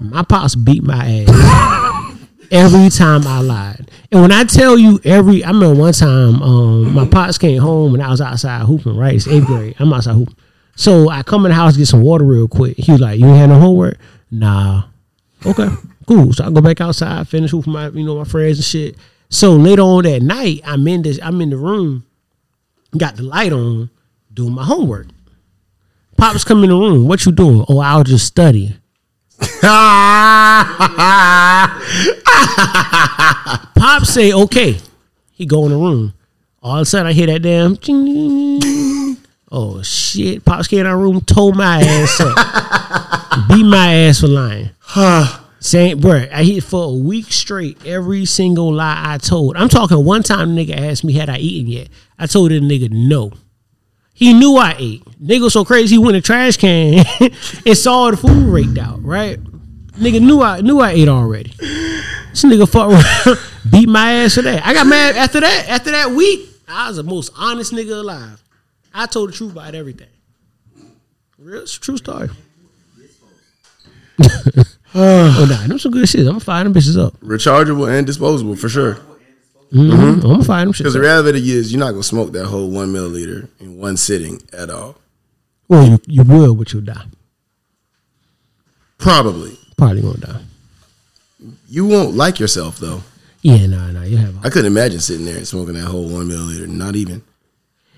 F: My pops beat my ass <laughs> every time I lied. And when I tell you every, I remember one time um, my pops came home and I was outside hooping. Right, it's eighth grade. I'm outside hooping. So I come in the house get some water real quick. He was like, "You ain't had no homework?" Nah. Okay, cool. So I go back outside, finish with my you know my friends and shit. So later on that night, I'm in this, I'm in the room, got the light on, doing my homework. Pops come in the room. What you doing? Oh, I'll just <laughs> study. Pop say okay. He go in the room. All of a sudden, I hear that damn. ching, ching, ching. Oh shit! Pops came in our room, told my ass up, beat my ass for lying. Same, bruh. I hit for a week straight every single lie I told. I'm talking one time, the nigga asked me, had I eaten yet? I told the nigga no. He knew I ate. Nigga was so crazy, he went in the trash can <laughs> and saw the food raked out, right? Nigga knew I knew I ate already. This nigga fuck around, <laughs> beat my ass for that. I got mad after that. After that week, I was the most honest nigga alive. I told the truth about everything. Real it's a true story. oh nah, them some good shit. I'm gonna fire them bitches up.
G: rechargeable and disposable for sure.
F: Mm-hmm. I'm gonna fire them shit.
G: Because the reality is, you're not gonna smoke that whole one milliliter in one sitting at all.
F: Well, you, you will, but you'll die.
G: Probably.
F: Probably gonna die.
G: You won't like yourself though.
F: Yeah, nah, nah. You have. A,
G: I couldn't imagine sitting there and smoking that whole one milliliter. Not even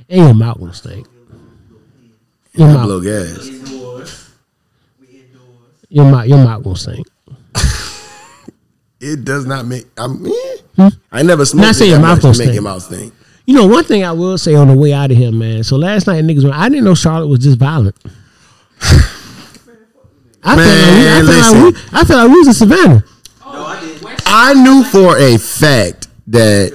F: and your mouth gonna stink. Your
G: blow
F: mouth,
G: gas.
F: your mouth, your mouth gonna stink.
G: It does not make. I mean, I never smoked.
F: Not
G: it
F: saying
G: that
F: your
G: much
F: mouth
G: to
F: gonna
G: make
F: stink.
G: your mouth stink.
F: You know, one thing I will say on the way out of here, man. So last night, niggas, went, I didn't know Charlotte was this violent. <sighs> I
G: Man,
F: feel like we, I feel like we, I feel like we was in Savannah.
G: I knew for a fact that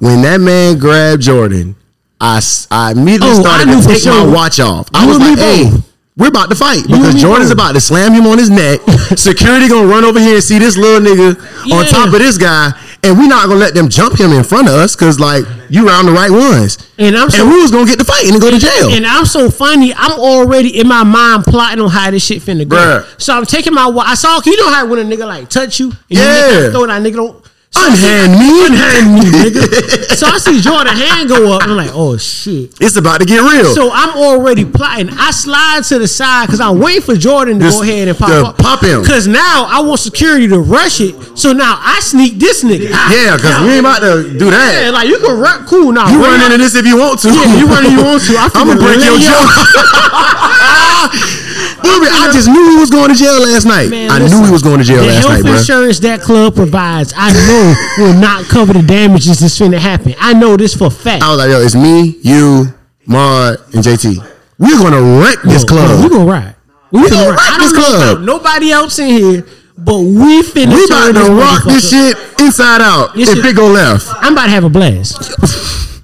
G: when that man grabbed Jordan, I, s- I immediately
F: Oh,
G: started
F: I knew
G: to
F: for
G: take
F: sure.
G: my watch off. I
F: You
G: was
F: and me
G: like, hey,
F: both.
G: we're about to fight
F: and
G: because
F: me
G: Jordan's
F: both.
G: about to slam him on his
F: <laughs>
G: neck. Security gonna run over here and see this little nigga on
F: Yeah.
G: top of this guy, and we're not gonna let them jump him in front of us because like you round the right ones,
F: And I'm so
G: and we was gonna get the fight and then go to jail.
F: And I'm so funny. I'm already in my mind plotting on how this shit finna go.
G: Bruh.
F: So I'm taking my. wa- I saw. You know how when a nigga like touch you, and you nigga
G: Yeah.
F: throw that nigga don't. So I see-
G: Unhand me, unhand me,
F: nigga. so I see Jordan hand go up. And I'm like, oh shit.
G: <laughs> It's about to get real.
F: So I'm already plotting. I slide to the side because I'm waiting for Jordan to
G: Just
F: go ahead and pop
G: to
F: up.
G: pop him.
F: Because now I want security to rush it. So now I sneak this nigga.
G: yeah, because we ain't about to do that.
F: Yeah, like you can run cool now.
G: You
F: run
G: run
F: out-
G: into this if you want to.
F: Yeah, you run if you want to.
G: <laughs>
F: I
G: I'm gonna
F: finna
G: break
F: lay
G: your
F: up. <laughs>
G: jaw. Booby, I just knew he was going to jail last night.
F: Man,
G: I
F: listen,
G: knew he was going to jail
F: The
G: last
F: health
G: night, bro.
F: insurance that club provides, I know <laughs> will not cover the damages that's finna happen. I know this for a fact.
G: I was like, yo, it's me, you, Maud, and JT. We're gonna wreck this
F: we
G: club.
F: gonna ride. We
G: gonna rock
F: I
G: this
F: don't know
G: club.
F: about nobody else in here, but we finna.
G: We about
F: turn
G: to rock
F: motherfucker-
G: this shit inside out.
F: This
G: If
F: shit-
G: it go left,
F: I'm about to have a blast. <laughs>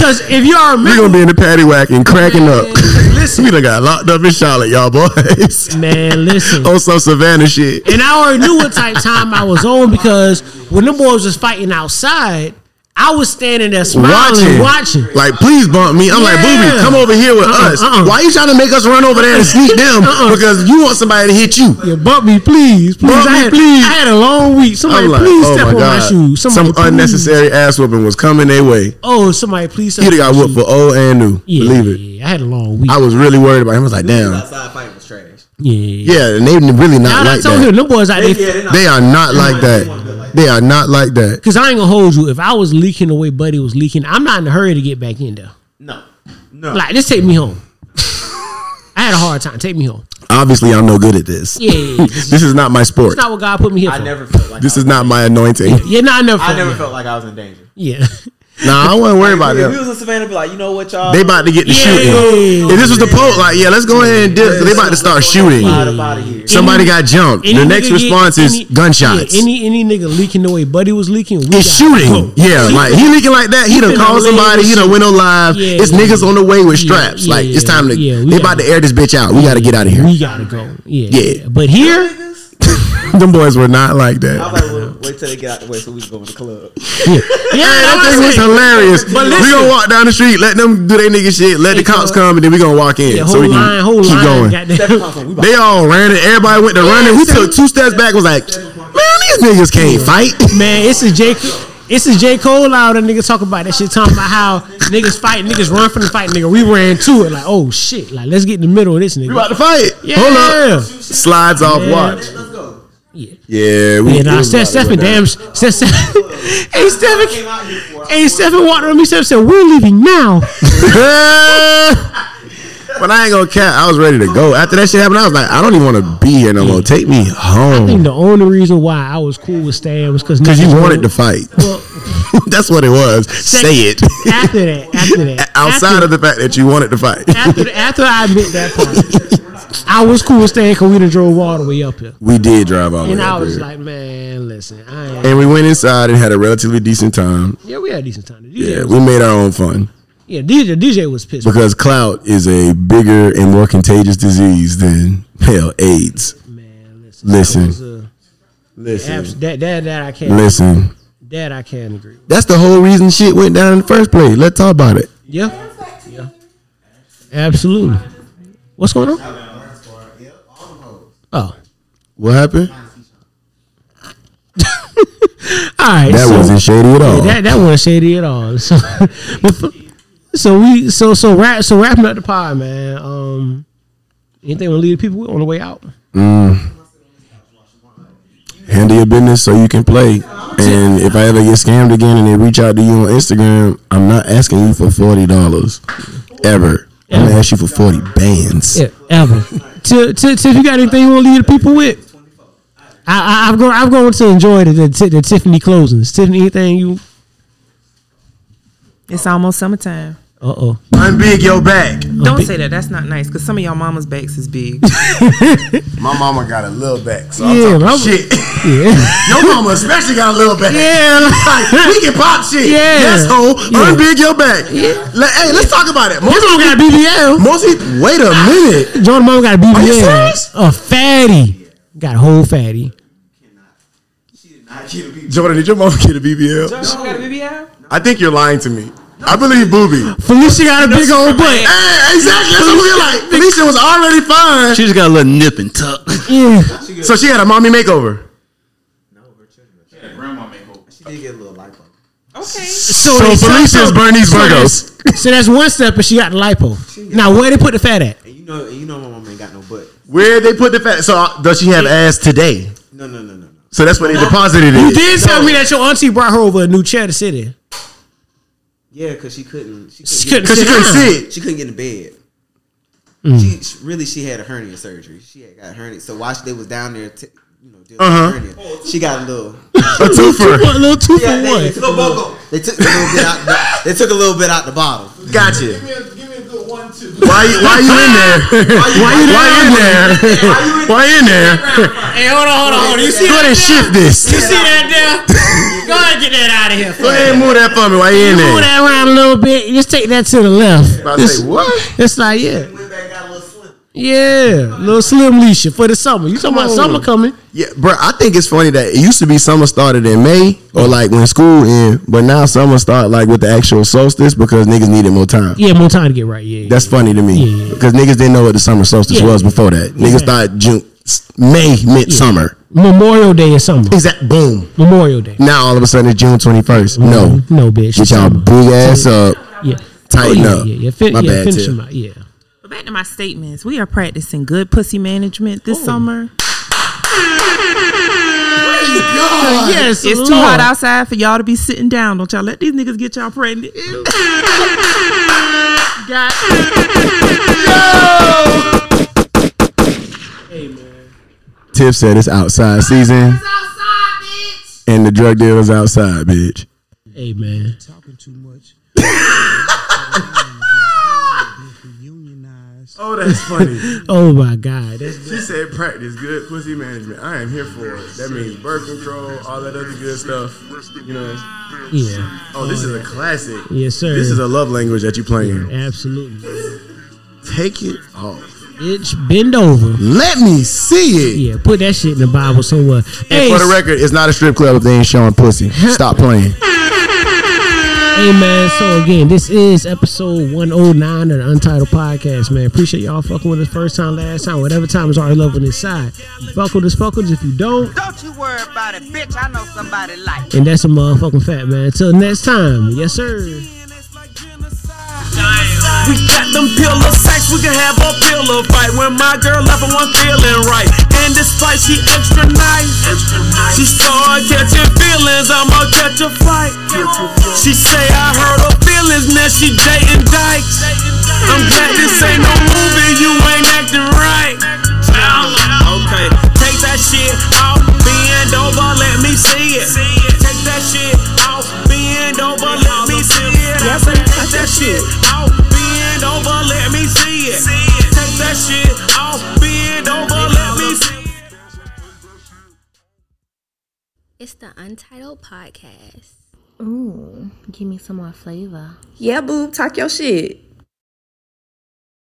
F: Cause if y'all
G: we're
F: remember,
G: gonna be in the paddy whack and cracking up. Listen, <laughs> we done got locked up in Charlotte, y'all boys. <laughs>
F: man, <laughs> listen.
G: On some Savannah shit.
F: And I already knew what type time I was on because when the boys was fighting outside, I was standing there
G: Watching,
F: smiling, watching.
G: like, please bump me. I'm like,
F: Yeah.
G: Booby, come over here with
F: Uh-uh,
G: us.
F: uh-uh.
G: Why you trying to make us run over there and
F: <laughs>
G: sneak them?
F: Uh-uh.
G: Because you want somebody to hit you.
F: Yeah, bump me, please, please.
G: Bump
F: I
G: me,
F: had,
G: please.
F: I had a long week. Somebody,
G: I'm like,
F: please
G: oh
F: step
G: my
F: on my
G: god,
F: shoes. Somebody,
G: some
F: please.
G: unnecessary ass whooping was coming their way.
F: Oh, somebody, please. Step
G: He'd have
F: on
G: got
F: my
G: whooped
F: shoes.
G: for old and new.
F: Yeah,
G: Believe it.
F: yeah, I had a long week.
G: I was really worried about him. I was like, damn.
H: outside fight was trash.
F: yeah.
G: Yeah, and they really
F: Now
G: not
F: that
G: like
F: I told
G: that.
F: him, them boys out there.
G: They are not like that. They are not like that.
F: Because I ain't gonna hold you. If I was leaking the way Buddy was leaking, I'm not in a hurry to get back in there.
H: No, no.
F: Like, just take me home. <laughs> I had a hard time. Take me home.
G: Obviously, I'm no good at this.
F: Yeah, yeah, yeah. This
G: This is not my sport.
F: That's not what God put me here
H: I
F: for.
H: never felt like
G: This
H: I
G: is
H: was-
G: not my anointing.
F: <laughs> yeah, no, I never.
H: I
F: felt
H: never
F: that.
H: felt like I was in danger.
F: Yeah.
G: Nah, I wasn't worried about
H: If we
G: them.
H: was in Savannah, be like, you know what, y'all?
G: They about to get the
F: Yeah.
G: shooting. If this was the Pope, like, yeah, let's go ahead and dip. So they about to start shooting.
H: Out of out of here.
G: Somebody got jumped.
F: Any
G: The next
F: nigga get-
G: response
F: any-
G: is gunshots.
F: Yeah, any any nigga leaking the way Buddy was leaking, we
G: It's
F: got-
G: shooting. Yeah, like he leaking like that. He done
F: finna
G: called
F: lay
G: somebody.
F: this
G: He done
F: shit.
G: went on live.
F: Yeah,
G: It's
F: yeah,
G: niggas
F: yeah.
G: on the way with
F: Yeah,
G: straps.
F: yeah,
G: like it's time to.
F: yeah, we
G: they
F: gotta-
G: about to air this bitch out. We got to get out of here.
F: We gotta go. Yeah,
G: Yeah.
F: yeah. But here,
G: Them boys were not like that.
H: I was like, well, wait till they get out the way so we can go in
G: <laughs>
H: the club.
F: yeah,
G: Hey,
F: that's
G: that
F: what I'm
G: thing was
F: saying.
G: hilarious.
F: But
G: we
F: listen.
G: gonna walk down the street, let them do their nigga shit, let the
F: Hey,
G: cops
F: cuz.
G: come, and then we gonna walk in
F: Yeah, whole
G: so we can
F: line, whole
G: keep
F: line.
G: going.
F: Goddamn.
G: They all ran it. Everybody went to running. We took two steps back. Was like, man, these niggas can't fight.
F: Man, it's a J. It's a J. Cole out that nigga talking about that shit talking about how niggas fight, niggas run from the fight, nigga. We ran to it like, oh shit, like let's get in the middle of this
G: We
F: nigga.
G: about to fight.
F: Yeah.
G: Hold up. Slides off
F: Yeah.
G: watch.
F: Yeah.
G: Yeah, we
F: Yeah, nah,
G: we
F: Steph,
G: about to go
F: Stephen,
G: down.
F: damn,
G: <laughs>
F: Steph, Steph, hey, Stephen, hey, Stephen walked on me, Steph said, we're
G: <laughs>
F: leaving now.
G: but I ain't gonna cap. I was ready to go. After that shit happened, I was like, I don't even want to be here no more. Take me
F: I think
G: home.
F: the only reason why I was cool with Stan was because
G: Because you wanted to fight. <laughs> That's what it was. Say it.
F: After that, after that,
G: <laughs> Outside
F: after,
G: of the fact that you wanted to fight.
F: after, after I admit that
G: <laughs>
F: part, I was cool with Stan because we done drove all the way up here.
G: We did drive all the
F: And
G: way
F: I
G: up
F: was
G: here.
F: like, man, listen, I ain't.
G: And we went inside and had a relatively decent time.
F: Yeah, we had a decent time. The DJ
G: Yeah,
F: was-
G: we made our own fun.
F: yeah, DJ, DJ was pissed.
G: Because clout is a bigger and more contagious disease than, hell, AIDS.
F: man, listen,
G: Listen.
F: that, was, uh, abs-
G: Listen.
F: that, that, that I can't,
G: Listen.
F: that I can't agree. With.
G: That's the whole reason shit went down in the first place. Let's talk about it.
F: Yeah, yeah, absolutely. What's going on? Oh,
G: What happened?
F: all right.
G: That
F: so-
G: wasn't shady at all.
F: that that wasn't shady at all. <laughs> So, but for- so we so so wrap so wrapping up the pod, man. Um, anything we leave the people with on the way out?
G: Handle your business so you can play. And if I ever get scammed again and they reach out to you on Instagram, I'm not asking you for forty dollars ever. I'm gonna ask you for forty bands.
F: Yeah, ever. to, to, to if you got anything you want to leave the people with, I, I I'm going I'm going to enjoy the the, Ti- the Tiffany closings. Tiffany, anything you?
J: It's almost summertime.
F: Uh oh.
I: Unbig your back.
J: Don't say that. That's not nice because some of y'all mama's backs is big.
G: My mama got a little back, so
F: Yeah,
G: I'm
F: my-
G: talking shit.
F: Yeah.
G: Your mama especially got a little back.
F: <laughs> Yeah.
G: <laughs> Like, we can pop shit.
F: Yeah.
G: Yes, ho.
F: Yeah.
G: Unbig your back. Let- hey, let's talk about it. Most
F: Your mom got a BBL.
G: Most people, wait a minute.
F: Jordan mom got a BBL.
G: you serious?
F: A fatty. Got a whole fatty.
G: Jordan, did your mom get a BBL? I think you're lying to me. I believe Booby.
F: Felicia got a big old butt.
G: Hey, exactly. That's what we were like. Felicia was already fine.
I: She just got a little nip and tuck.
F: Yeah.
G: So she had a mommy makeover.
H: She did get a little lipo.
J: okay.
F: So,
G: So
F: they
G: Felicia is
F: so-
G: Bernice
F: so
G: Virgos.
F: that's- <laughs> So that's one step, and she got the lipo. Now where they put the fat at?
H: And you know, and you know, my mom ain't got no butt.
G: Where they put the fat? So uh, does she have ass today?
H: No, no, no, no, no.
G: So that's where they deposited it.
F: You did tell me that your auntie brought her over a new chair to sit in.
H: Yeah, cause she couldn't. She couldn't.
F: She couldn't
H: get-
G: Cause she
F: sit
G: couldn't Mm.
F: down.
G: sit.
H: She couldn't get in bed. She, she- really she had a hernia surgery. She had got hernia. So while she, they was down there, t- you know, dealing
G: Uh-huh.
H: with hernia, she got a little.
G: A twofer.
F: A little two for
H: Yeah, they, they,
F: one.
H: took a little they took a little bit out. The, they took a little bit out the bottle.
G: Gotcha. Why you- why you in there? Why you in there? Why you in there?
F: Hey, hold on, hold on, hold on. You see
G: Go ahead
F: that?
G: and shift
F: You
G: this.
F: see that
H: <laughs>
F: there? Go ahead and get that out of here.
G: Go ahead and move that for me. Why you in
F: Move
G: there?
F: that around a little bit. Just take that to the left.
G: I
F: Just-
G: say what?
F: It's like yeah, yeah, little slim leisha for the summer. You talking about
G: on.
F: summer coming?
G: Yeah, bro. I think it's funny that it used to be summer started in May or like when school end, but now summer start like with the actual solstice because niggas needed more time.
F: Yeah, more time to get right. Yeah,
G: That's funny to me
F: Yeah.
G: because niggas didn't know what the summer solstice
F: Yeah.
G: was before that. Niggas thought June, May meant summer.
F: Memorial Day is summer.
G: Exact. Boom.
F: Memorial Day.
G: Now all of a sudden it's June twenty first. No,
F: no, bitch.
G: get y'all
F: Summer.
G: big ass up.
F: Mm-hmm. Yeah. Oh,
G: Tighten
F: yeah,
G: up.
F: Yeah, yeah. Fin-
G: My
F: yeah
G: bad,
F: finish
G: Tim.
F: him out. Yeah.
J: But back to my statements. We are practicing good pussy management this summer.
F: Yes,
J: Oh, It's too hot outside for y'all to be sitting down. Don't y'all let these niggas get y'all pregnant.
G: Tiff said it's outside season and the drug dealer's outside, bitch.
F: Hey man.
I: Oh, that's funny.
F: Oh my God. That's,
I: she said practice good pussy management. I am here for it. That means birth control, all that other good stuff. You know.
F: yeah.
I: Oh, this is a classic.
F: Yes, sir.
G: This is a love language that you playing.
F: absolutely.
G: Take it off.
F: Bitch, bend over.
G: Let me see it.
F: Yeah, put that shit in the Bible somewhere. Hey,
G: For the record, it's not a strip club if they ain't showing pussy. Stop playing.
F: Hey man, so again, this is episode 109 of the Untitled Podcast, man. Appreciate y'all fucking with us first time, last time, whatever time is already love on this side. Fuck with us, fuck with us if you don't.
K: Don't you worry about it, bitch. I know somebody like
F: And that's a motherfucking fact, man. Until next time, yes sir.
D: We got them pillow sex, we can have a pillow fight. When my girl left, I wasn't feeling right. And despite she extra nice, she started catching feelings. I'ma catch a fight. She say I hurt her feelings, now she dating dykes. I'm glad this ain't no movie, you ain't acting right. Okay, take that shit off, bend over, let me see it. Take that shit off, bend over, let me see it. I say, take that shit off, bend over, let me see it. Take that shit off, bend over, let me see it.
B: It's the Untitled Podcast.
A: Ooh, give me some more flavor.
C: Yeah, boob, talk your shit.